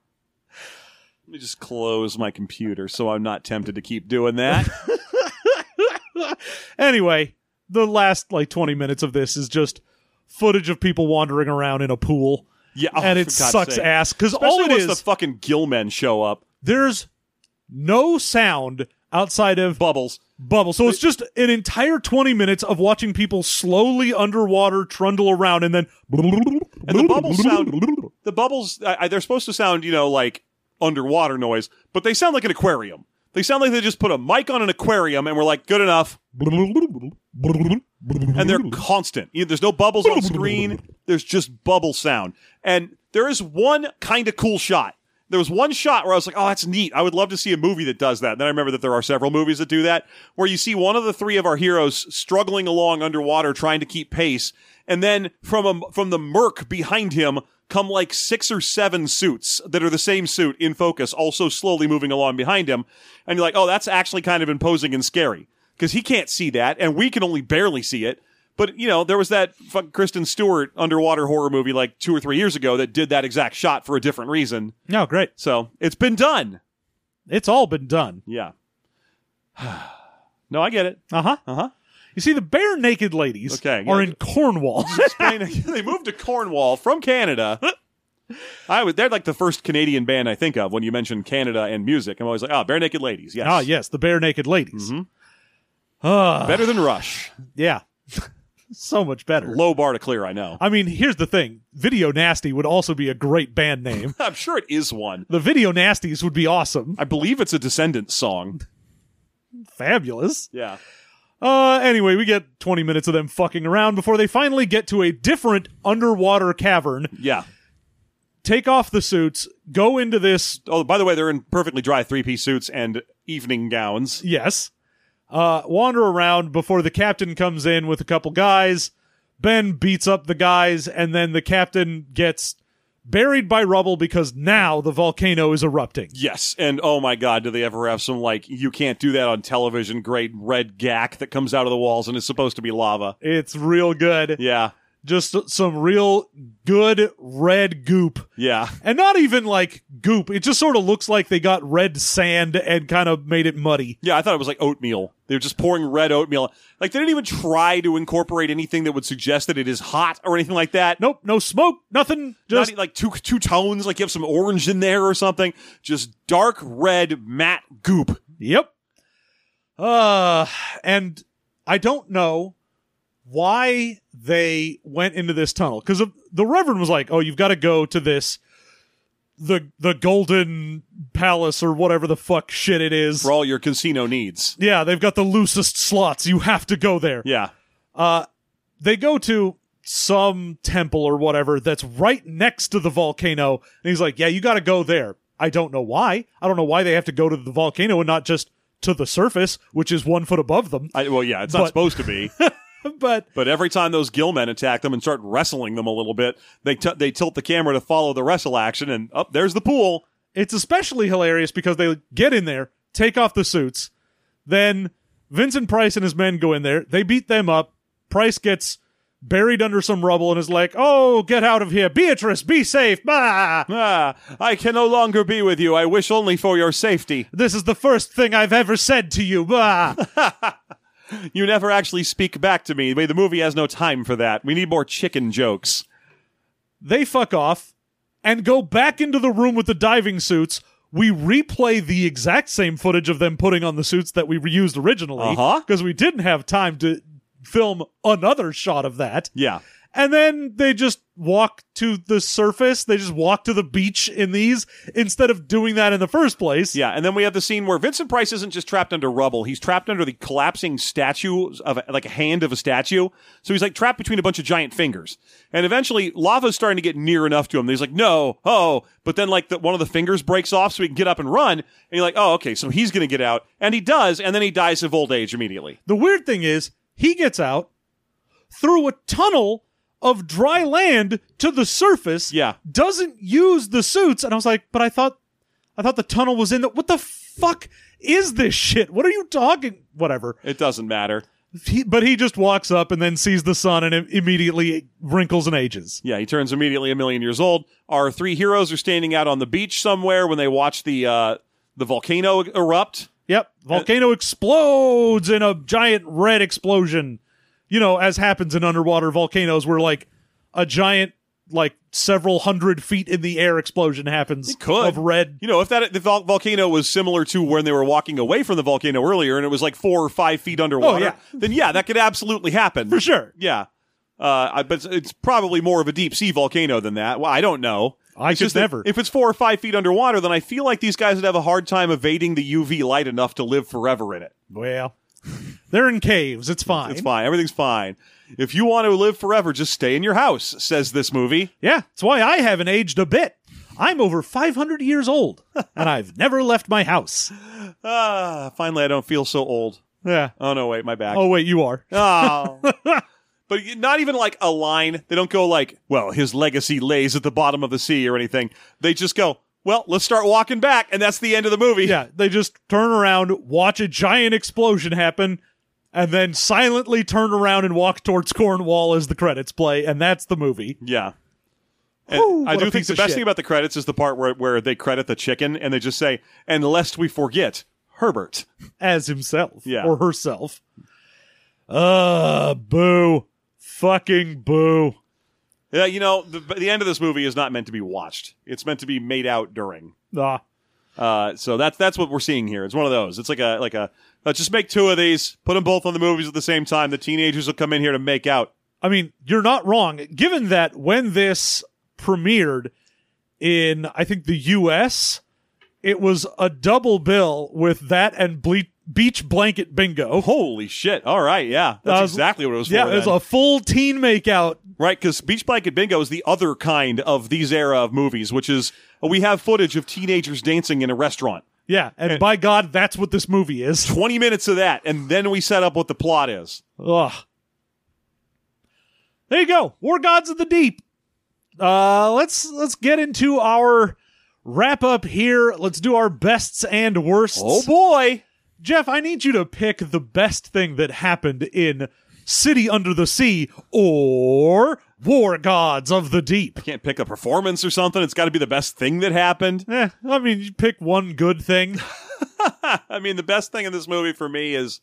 [SPEAKER 2] Let me just close my computer so I'm not tempted to keep doing that.
[SPEAKER 1] Anyway, the last like 20 minutes of this is just footage of people wandering around in a pool.
[SPEAKER 2] Yeah, oh,
[SPEAKER 1] and
[SPEAKER 2] for
[SPEAKER 1] it
[SPEAKER 2] God's
[SPEAKER 1] sucks
[SPEAKER 2] sake.
[SPEAKER 1] ass because all
[SPEAKER 2] Especially
[SPEAKER 1] it
[SPEAKER 2] once
[SPEAKER 1] is
[SPEAKER 2] the fucking Gillmen show up.
[SPEAKER 1] there's no sound outside of
[SPEAKER 2] Bubbles.
[SPEAKER 1] bubble. So it's just an entire 20 minutes of watching people slowly underwater trundle around and then
[SPEAKER 2] And the bubbles sound. The bubbles. I, I- they're supposed to sound, you know, like underwater noise, but they sound like an aquarium. They sound like they just put a mic on an aquarium and we're like, good enough. and they're constant. You know, there's no bubbles on screen. There's just bubble sound. And there is one kind of cool shot. There was one shot where I was like, "Oh, that's neat. I would love to see a movie that does that." And then I remember that there are several movies that do that, where you see one of the three of our heroes struggling along underwater, trying to keep pace, and then from a, from the murk behind him come like six or seven suits that are the same suit in focus, also slowly moving along behind him, and you're like, "Oh, that's actually kind of imposing and scary." because he can't see that, and we can only barely see it. But you know, there was that fucking Kristen Stewart underwater horror movie like two or three years ago that did that exact shot for a different reason.
[SPEAKER 1] No, Oh, great.
[SPEAKER 2] So it's been done.
[SPEAKER 1] It's all been done.
[SPEAKER 2] Yeah. no, I get it.
[SPEAKER 1] Uh huh.
[SPEAKER 2] Uh huh.
[SPEAKER 1] You see, the bare naked ladies
[SPEAKER 2] Okay, yeah.
[SPEAKER 1] are in Cornwall.
[SPEAKER 2] they moved to Cornwall from Canada. I was they're like the first Canadian band I think of when you mention Canada and music. I'm always like, oh, bare naked ladies. Yes.
[SPEAKER 1] Ah, yes, the bare naked ladies.
[SPEAKER 2] Better than Rush.
[SPEAKER 1] Yeah. so much better.
[SPEAKER 2] Low bar to clear, I know.
[SPEAKER 1] I mean, here's the thing Video Nasty would also be a great band name.
[SPEAKER 2] I'm sure it is one.
[SPEAKER 1] the Video Nasties would be awesome.
[SPEAKER 2] I believe it's a Descendants song.
[SPEAKER 1] Fabulous.
[SPEAKER 2] Yeah.
[SPEAKER 1] Uh, anyway, we get 20 minutes of them fucking around before they finally get to a different underwater cavern,
[SPEAKER 2] Yeah.
[SPEAKER 1] take off the suits, go into this,
[SPEAKER 2] Oh, by the way, they're in perfectly dry three piece suits and evening gowns.
[SPEAKER 1] yes, uh, wander around before the captain comes in with a couple guys. Ben beats up the guys, and then the captain gets buried by rubble because now the volcano is erupting.
[SPEAKER 2] Yes, and oh my God, do they ever have some like you can't do that on television? Great red gack that comes out of the walls and is supposed to be lava.
[SPEAKER 1] It's real good.
[SPEAKER 2] Yeah,
[SPEAKER 1] Just some real good red goop.
[SPEAKER 2] yeah,
[SPEAKER 1] And not even like goop. It just sort of looks like they got red sand and kind of made it muddy.
[SPEAKER 2] yeah. I thought it was like oatmeal. They're just pouring red oatmeal. Like they didn't even try to incorporate anything that would suggest that it is hot or anything like that.
[SPEAKER 1] Nope, no smoke, nothing.
[SPEAKER 2] Not
[SPEAKER 1] Just
[SPEAKER 2] e- like two two tones. Like you have some orange in there or something. Just dark red matte goop.
[SPEAKER 1] Yep. Uh and I don't know why they went into this tunnel cuz the reverend was like, "Oh, you've got to go to this the the golden palace or whatever the fuck shit it is."
[SPEAKER 2] for all your casino needs.
[SPEAKER 1] Yeah, they've got the loosest slots. You have to go there.
[SPEAKER 2] Yeah.
[SPEAKER 1] They go to some temple or whatever that's right next to the volcano and he's like, "Yeah, you got to go there." I don't know why. I don't know why they have to go to the volcano and not just to the surface, which is 1 foot above them.
[SPEAKER 2] I, well, yeah, it's
[SPEAKER 1] But-
[SPEAKER 2] not supposed to be.
[SPEAKER 1] but
[SPEAKER 2] But every time those gill men attack them and start wrestling them a little bit, they t- they tilt the camera to follow the wrestle action, and up there's the pool.
[SPEAKER 1] it's especially hilarious because they get in there, take off the suits, then Vincent Price and his men go in there. They beat them up. Price gets buried under some rubble and is like, "Oh, get out of here, Beatrice! Be safe!" Bah!
[SPEAKER 2] Ah, I can no longer be with you. I wish only for your safety.
[SPEAKER 1] This is the first thing I've ever said to you. Bah!
[SPEAKER 2] You never actually speak back to me. The movie has no time for that. We need more chicken jokes.
[SPEAKER 1] they fuck off and go back into the room with the diving suits. We replay the exact same footage of them putting on the suits that we reused originally
[SPEAKER 2] Uh-huh.
[SPEAKER 1] because we didn't have time to film another shot of that.
[SPEAKER 2] Yeah,
[SPEAKER 1] And then they just walk to the surface. They just walk to the beach in these instead of doing that in the first place.
[SPEAKER 2] yeah. And then we have the scene where Vincent Price isn't just trapped under rubble; he's trapped under the collapsing statue of like a hand of a statue. So he's like trapped between a bunch of giant fingers. And eventually, lava's starting to get near enough to him. That he's like, "No, oh!" But then like the, one of the fingers breaks off, so he can get up and run. And you're like, "Oh, okay." So he's gonna get out, and he does, and then he dies of old age immediately.
[SPEAKER 1] The weird thing is, he gets out through a tunnel of dry land to the surface.
[SPEAKER 2] Yeah.
[SPEAKER 1] Doesn't use the suits. And I was like, but I thought I thought the tunnel was in the what the fuck is this shit? What are you talking? Whatever.
[SPEAKER 2] It doesn't matter.
[SPEAKER 1] He, but he just walks up and then sees the sun and im- immediately wrinkles and ages.
[SPEAKER 2] Yeah, he turns immediately a million years old. Our three heroes are standing out on the beach somewhere when they watch the uh, the volcano erupt.
[SPEAKER 1] Yep. Volcano explodes in a giant red explosion. You know, as happens in underwater volcanoes where like a giant like several hundred feet in the air explosion happens
[SPEAKER 2] could.
[SPEAKER 1] of red.
[SPEAKER 2] You know, if that if the vol- volcano was similar to when they were walking away from the volcano earlier, and it was like four or five feet underwater,
[SPEAKER 1] Oh, yeah.
[SPEAKER 2] then yeah, that could absolutely happen
[SPEAKER 1] For sure.
[SPEAKER 2] Yeah, uh, I, but it's, it's probably more of a deep sea volcano than that. Well, I don't know.
[SPEAKER 1] I
[SPEAKER 2] It's
[SPEAKER 1] could
[SPEAKER 2] that
[SPEAKER 1] never.
[SPEAKER 2] If it's four or five feet underwater, then I feel like these guys would have a hard time evading the UV light enough to live forever in it.
[SPEAKER 1] Well, they're in caves. It's fine.
[SPEAKER 2] It's fine. Everything's fine. If you want to live forever, just stay in your house, says this movie.
[SPEAKER 1] Yeah, that's why I haven't aged a bit. I'm over 500 years old and I've never left my house.
[SPEAKER 2] Ah, finally, I don't feel so old.
[SPEAKER 1] Yeah.
[SPEAKER 2] Oh, no, wait, my back.
[SPEAKER 1] Oh wait, you are.
[SPEAKER 2] Oh. but you- not even like a line. They don't go like, well, his legacy lays at the bottom of the sea or anything. They just go, well, let's start walking back. And that's the end of the movie.
[SPEAKER 1] Yeah, they just turn around, watch a giant explosion happen, and then silently turn around and walk towards Cornwall as the credits play, and that's the movie.
[SPEAKER 2] Yeah. And
[SPEAKER 1] Whew,
[SPEAKER 2] I
[SPEAKER 1] what a
[SPEAKER 2] do think
[SPEAKER 1] piece
[SPEAKER 2] the
[SPEAKER 1] of
[SPEAKER 2] best
[SPEAKER 1] shit.
[SPEAKER 2] thing about the credits is the part where, where they credit the chicken and they just say, and lest we forget, Herbert.
[SPEAKER 1] As himself
[SPEAKER 2] Yeah.
[SPEAKER 1] or herself. Uh boo. Fucking boo.
[SPEAKER 2] Yeah, you know, the, the end of this movie is not meant to be watched. It's meant to be made out during.
[SPEAKER 1] Ah.
[SPEAKER 2] Uh, so that's that's what we're seeing here. It's one of those. It's like a like a let's just make two of these, put them both on the movies at the same time. The teenagers will come in here to make out.
[SPEAKER 1] I mean, you're not wrong. Given that when this premiered in, I think, the US, it was a double bill with that and ble- Beach Blanket Bingo.
[SPEAKER 2] Holy shit! All right, yeah, that's
[SPEAKER 1] That was-
[SPEAKER 2] exactly what it Oh, was.
[SPEAKER 1] Yeah,
[SPEAKER 2] for
[SPEAKER 1] it was
[SPEAKER 2] then.
[SPEAKER 1] a full teen makeout
[SPEAKER 2] right because Beach Blanket Bingo is the other kind of these era of movies, which is we have footage of teenagers dancing in a restaurant.
[SPEAKER 1] Yeah, and, by God, that's what this movie is.
[SPEAKER 2] Twenty minutes of that, and then we set up what the plot is.
[SPEAKER 1] Ugh. There you go. War Gods of the Deep. Uh, let's let's get into our wrap up here. Let's do our bests and worsts.
[SPEAKER 2] Oh boy.
[SPEAKER 1] Jeff, I need you to pick the best thing that happened in City Under the Sea or War Gods of the Deep.
[SPEAKER 2] Can't pick a performance or something. It's got to be the best thing that happened.
[SPEAKER 1] Eh, I mean, you pick one good thing.
[SPEAKER 2] I mean, the best thing in this movie for me is.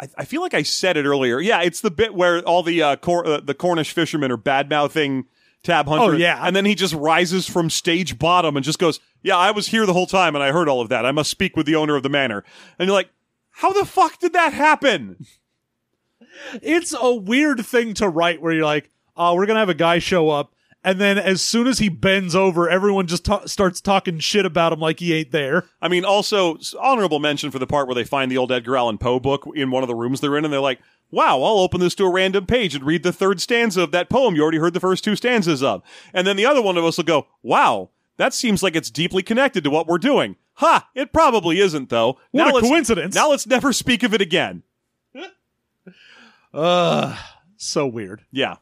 [SPEAKER 2] I, I feel like I said it earlier. Yeah, it's the bit where all the uh, cor- uh, the Cornish fishermen are bad mouthing Tab Hunter.
[SPEAKER 1] Oh, yeah.
[SPEAKER 2] and then he just rises from stage bottom and just goes, "Yeah, I was here the whole time and I heard all of that. I must speak with the owner of the manor." And you're like, "How the fuck did that happen?"
[SPEAKER 1] It's a weird thing to write where you're like, oh, we're going to have a guy show up. And then as soon as he bends over, everyone just ta- starts talking shit about him like he ain't there.
[SPEAKER 2] I mean, also s- honorable mention for the part where they find the old Edgar Allan Poe book in one of the rooms they're in, and they're like, "Wow, I'll open this to a random page and read the third stanza of that poem you already heard the first two stanzas of," and then the other one of us will go, "Wow, that seems like it's deeply connected to what we're doing." Ha! It probably isn't, though.
[SPEAKER 1] What a
[SPEAKER 2] let's-
[SPEAKER 1] coincidence.
[SPEAKER 2] Now let's never speak of it again.
[SPEAKER 1] So weird.
[SPEAKER 2] Yeah.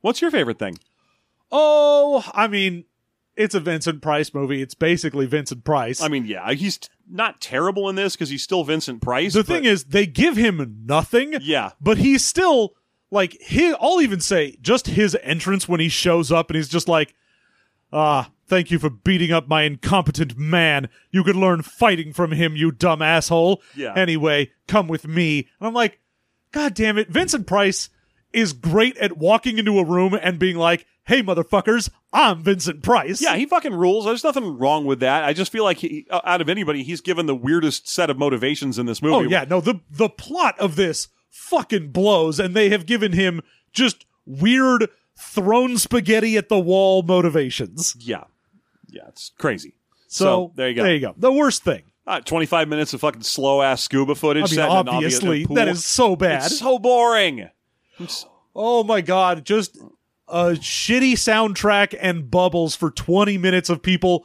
[SPEAKER 2] What's your favorite thing?
[SPEAKER 1] Oh, I mean, it's a Vincent Price movie. It's basically Vincent Price.
[SPEAKER 2] I mean, yeah, he's t- not terrible in this because he's still Vincent Price.
[SPEAKER 1] the thing is, they give him nothing.
[SPEAKER 2] Yeah.
[SPEAKER 1] But he's still like his, I'll even say just his entrance when he shows up and he's just like, ah, thank you for beating up my incompetent man. You could learn fighting from him, you dumb asshole.
[SPEAKER 2] Yeah.
[SPEAKER 1] Anyway, come with me. And I'm like, God damn it, Vincent Price is great at walking into a room and being like, hey motherfuckers, I'm Vincent Price.
[SPEAKER 2] Yeah, he fucking rules. There's nothing wrong with that. I just feel like he, uh, out of anybody, he's given the weirdest set of motivations in this
[SPEAKER 1] Oh
[SPEAKER 2] movie.
[SPEAKER 1] yeah, no, the the plot of this fucking blows, and they have given him just weird thrown spaghetti at the wall motivations.
[SPEAKER 2] yeah, yeah. It's crazy.
[SPEAKER 1] So,
[SPEAKER 2] there you go.
[SPEAKER 1] There you go. The worst thing.
[SPEAKER 2] Uh, 25 minutes of fucking slow ass scuba footage.
[SPEAKER 1] I mean,
[SPEAKER 2] set in an obvious-
[SPEAKER 1] obviously,
[SPEAKER 2] in a pool.
[SPEAKER 1] that is so bad.
[SPEAKER 2] It's so boring.
[SPEAKER 1] oh my god, just a shitty soundtrack and bubbles for 20 minutes of people.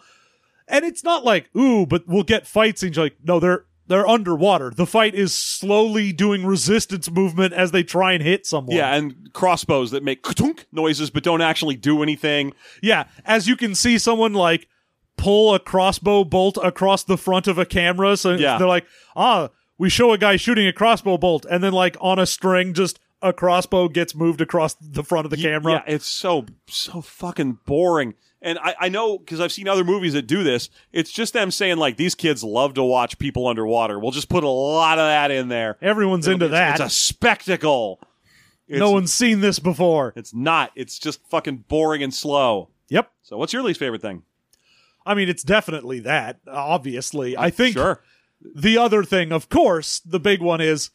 [SPEAKER 1] And it's not like, ooh, but we'll get fight scenes. Like, no, they're they're underwater. The fight is slowly doing resistance movement as they try and hit someone.
[SPEAKER 2] Yeah, and crossbows that make ka-tunk noises but don't actually do anything.
[SPEAKER 1] Yeah, as you can see someone like pull a crossbow bolt across the front of a camera so
[SPEAKER 2] Yeah.
[SPEAKER 1] they're like, "Ah, we show a guy shooting a crossbow bolt and then like on a string just a crossbow gets moved across the front of the camera."
[SPEAKER 2] Yeah, it's so so fucking boring. And I, I know because I've seen other movies that do this. It's just them saying like these kids love to watch people underwater. We'll just put a lot of that in there.
[SPEAKER 1] Everyone's into that.
[SPEAKER 2] It's a spectacle. It's,
[SPEAKER 1] no one's seen this before.
[SPEAKER 2] It's not. It's just fucking boring and slow.
[SPEAKER 1] Yep.
[SPEAKER 2] So, what's your least favorite thing?
[SPEAKER 1] I mean, it's definitely that, obviously. I think
[SPEAKER 2] Sure.
[SPEAKER 1] the other thing, of course, the big one is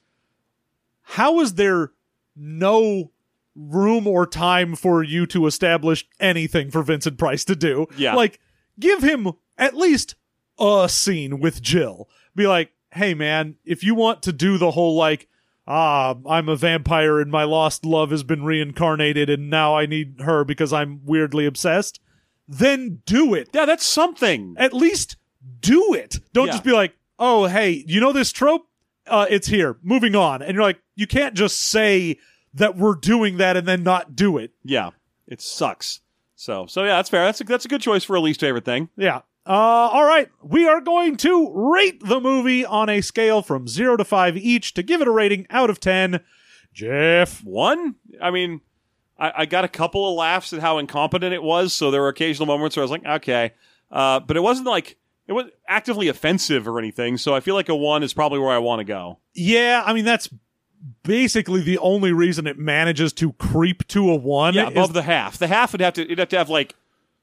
[SPEAKER 1] how is there no room or time for you to establish anything for Vincent Price to do?
[SPEAKER 2] Yeah.
[SPEAKER 1] Like, give him at least a scene with Jill. Be like, hey, man, if you want to do the whole, like, ah, I'm a vampire and my lost love has been reincarnated and now I need her because I'm weirdly obsessed, then do it
[SPEAKER 2] Yeah, that's something.
[SPEAKER 1] at least do it. Don't
[SPEAKER 2] Yeah.
[SPEAKER 1] just be like, oh, hey, you know this trope? Uh, it's here. Moving on. And you're like, you can't just say that we're doing that and then not do it.
[SPEAKER 2] Yeah, it sucks. So, so yeah, that's fair. That's a, that's a good choice for a least favorite thing.
[SPEAKER 1] Yeah. Uh, all right. We are going to rate the movie on a scale from zero to five each to give it a rating out of 10. Jeff.
[SPEAKER 2] One, I mean, I, I got a couple of laughs at how incompetent it was. So there were occasional moments where I was like, okay, uh, but it wasn't like it was actively offensive or anything. So I feel like a one is probably where I want to go.
[SPEAKER 1] Yeah. I mean, that's basically the only reason it manages to creep to a one.
[SPEAKER 2] Yeah,
[SPEAKER 1] is
[SPEAKER 2] above the half. The half would have to it'd have to have like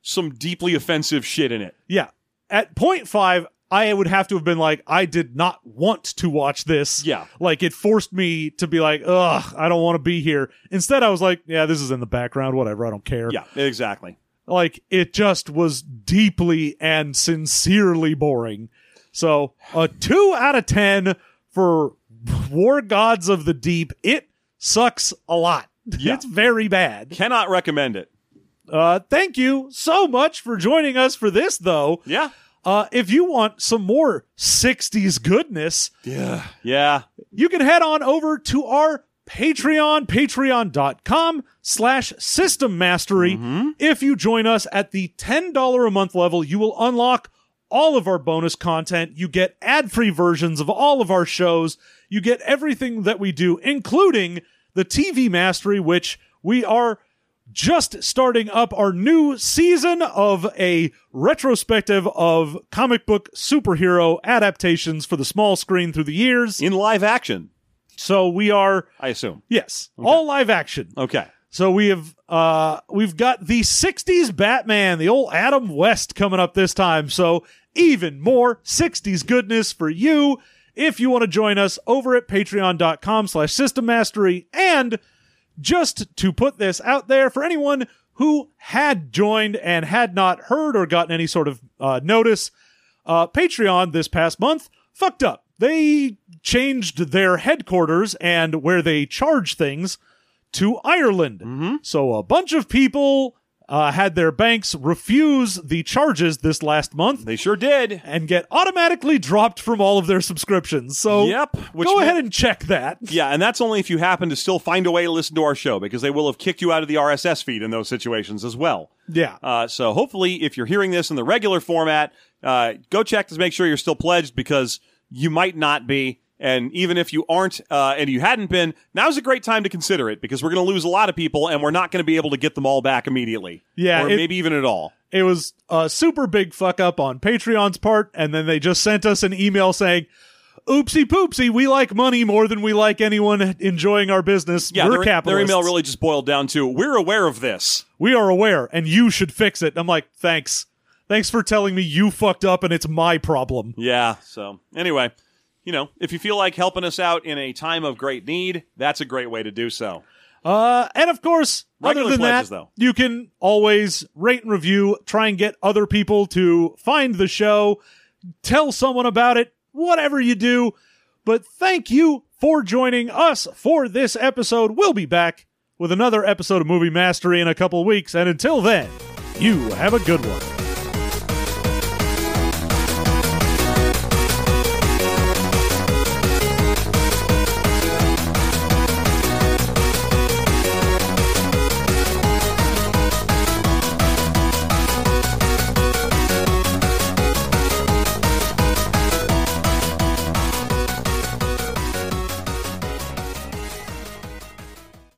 [SPEAKER 2] some deeply offensive shit in it.
[SPEAKER 1] Yeah. At point five, I would have to have been like, I did not want to watch this.
[SPEAKER 2] Yeah.
[SPEAKER 1] Like it forced me to be like, ugh, I don't want to be here. Instead, I was like, yeah, this is in the background. Whatever. I don't care.
[SPEAKER 2] Yeah, exactly.
[SPEAKER 1] Like it just was deeply and sincerely boring. So a two out of 10 for War Gods of the Deep. It sucks a lot.
[SPEAKER 2] Yeah.
[SPEAKER 1] It's very bad.
[SPEAKER 2] Cannot recommend it.
[SPEAKER 1] Uh, thank you so much for joining us for this, though.
[SPEAKER 2] Yeah.
[SPEAKER 1] Uh, if you want some more 60s goodness,
[SPEAKER 2] Yeah.
[SPEAKER 1] you can head on over to our Patreon, patreon.com slash system mastery. If you join us at the $10 a month level, you will unlock all of our bonus content. You get ad free versions of all of our shows. You get everything that we do, including the TV mastery, which we are just starting up our new season of a retrospective of comic book superhero adaptations for the small screen through the years.
[SPEAKER 2] in live action,
[SPEAKER 1] So we are,
[SPEAKER 2] I assume.
[SPEAKER 1] yes, all live action.
[SPEAKER 2] Okay.
[SPEAKER 1] So we have uh we've got the 60s Batman, the old Adam West coming up this time. So even more 60s goodness for you if you want to join us over at patreon.com slash system mastery and just to put this out there for anyone who had joined and had not heard or gotten any sort of uh, notice, uh, Patreon this past month fucked up. They changed their headquarters and where they charge things to Ireland.
[SPEAKER 2] Mm-hmm.
[SPEAKER 1] So a bunch of people uh, had their banks refuse the charges this last month
[SPEAKER 2] They sure did.
[SPEAKER 1] and get automatically dropped from all of their subscriptions. So
[SPEAKER 2] Yep, which
[SPEAKER 1] go
[SPEAKER 2] meant-
[SPEAKER 1] ahead and check that.
[SPEAKER 2] Yeah, and that's only if you happen to still find a way to listen to our show because they will have kicked you out of the RSS feed in those situations as well.
[SPEAKER 1] Yeah.
[SPEAKER 2] Uh, so hopefully, if you're hearing this in the regular format, uh, go check to make sure you're still pledged because you might not be. And even if you aren't uh, and you hadn't been, now's a great time to consider it because we're going to lose a lot of people and we're not going to be able to get them all back immediately.
[SPEAKER 1] Yeah,
[SPEAKER 2] Or
[SPEAKER 1] it-
[SPEAKER 2] maybe even at all.
[SPEAKER 1] it was a super big fuck up on Patreon's part, and then they just sent us an email saying, "Oopsie poopsie, we like money more than we like anyone enjoying our business.
[SPEAKER 2] Yeah,
[SPEAKER 1] We're
[SPEAKER 2] their, e-, their
[SPEAKER 1] capitalists.
[SPEAKER 2] email really just boiled down to we're aware of this.
[SPEAKER 1] we are aware, and you should fix it." I'm like, thanks, thanks for telling me you fucked up, and it's my problem.
[SPEAKER 2] Yeah. So anyway, you know, if you feel like helping us out in a time of great need, that's a great way to do so.
[SPEAKER 1] Uh, and of course,
[SPEAKER 2] Regular
[SPEAKER 1] other than
[SPEAKER 2] pledges,
[SPEAKER 1] that,
[SPEAKER 2] though.
[SPEAKER 1] you can always rate and review, try and get other people to find the show, tell someone about it, whatever you do. But thank you for joining us for this episode. We'll be back with another episode of Movie Mastery in a couple weeks. And until then, you have a good one.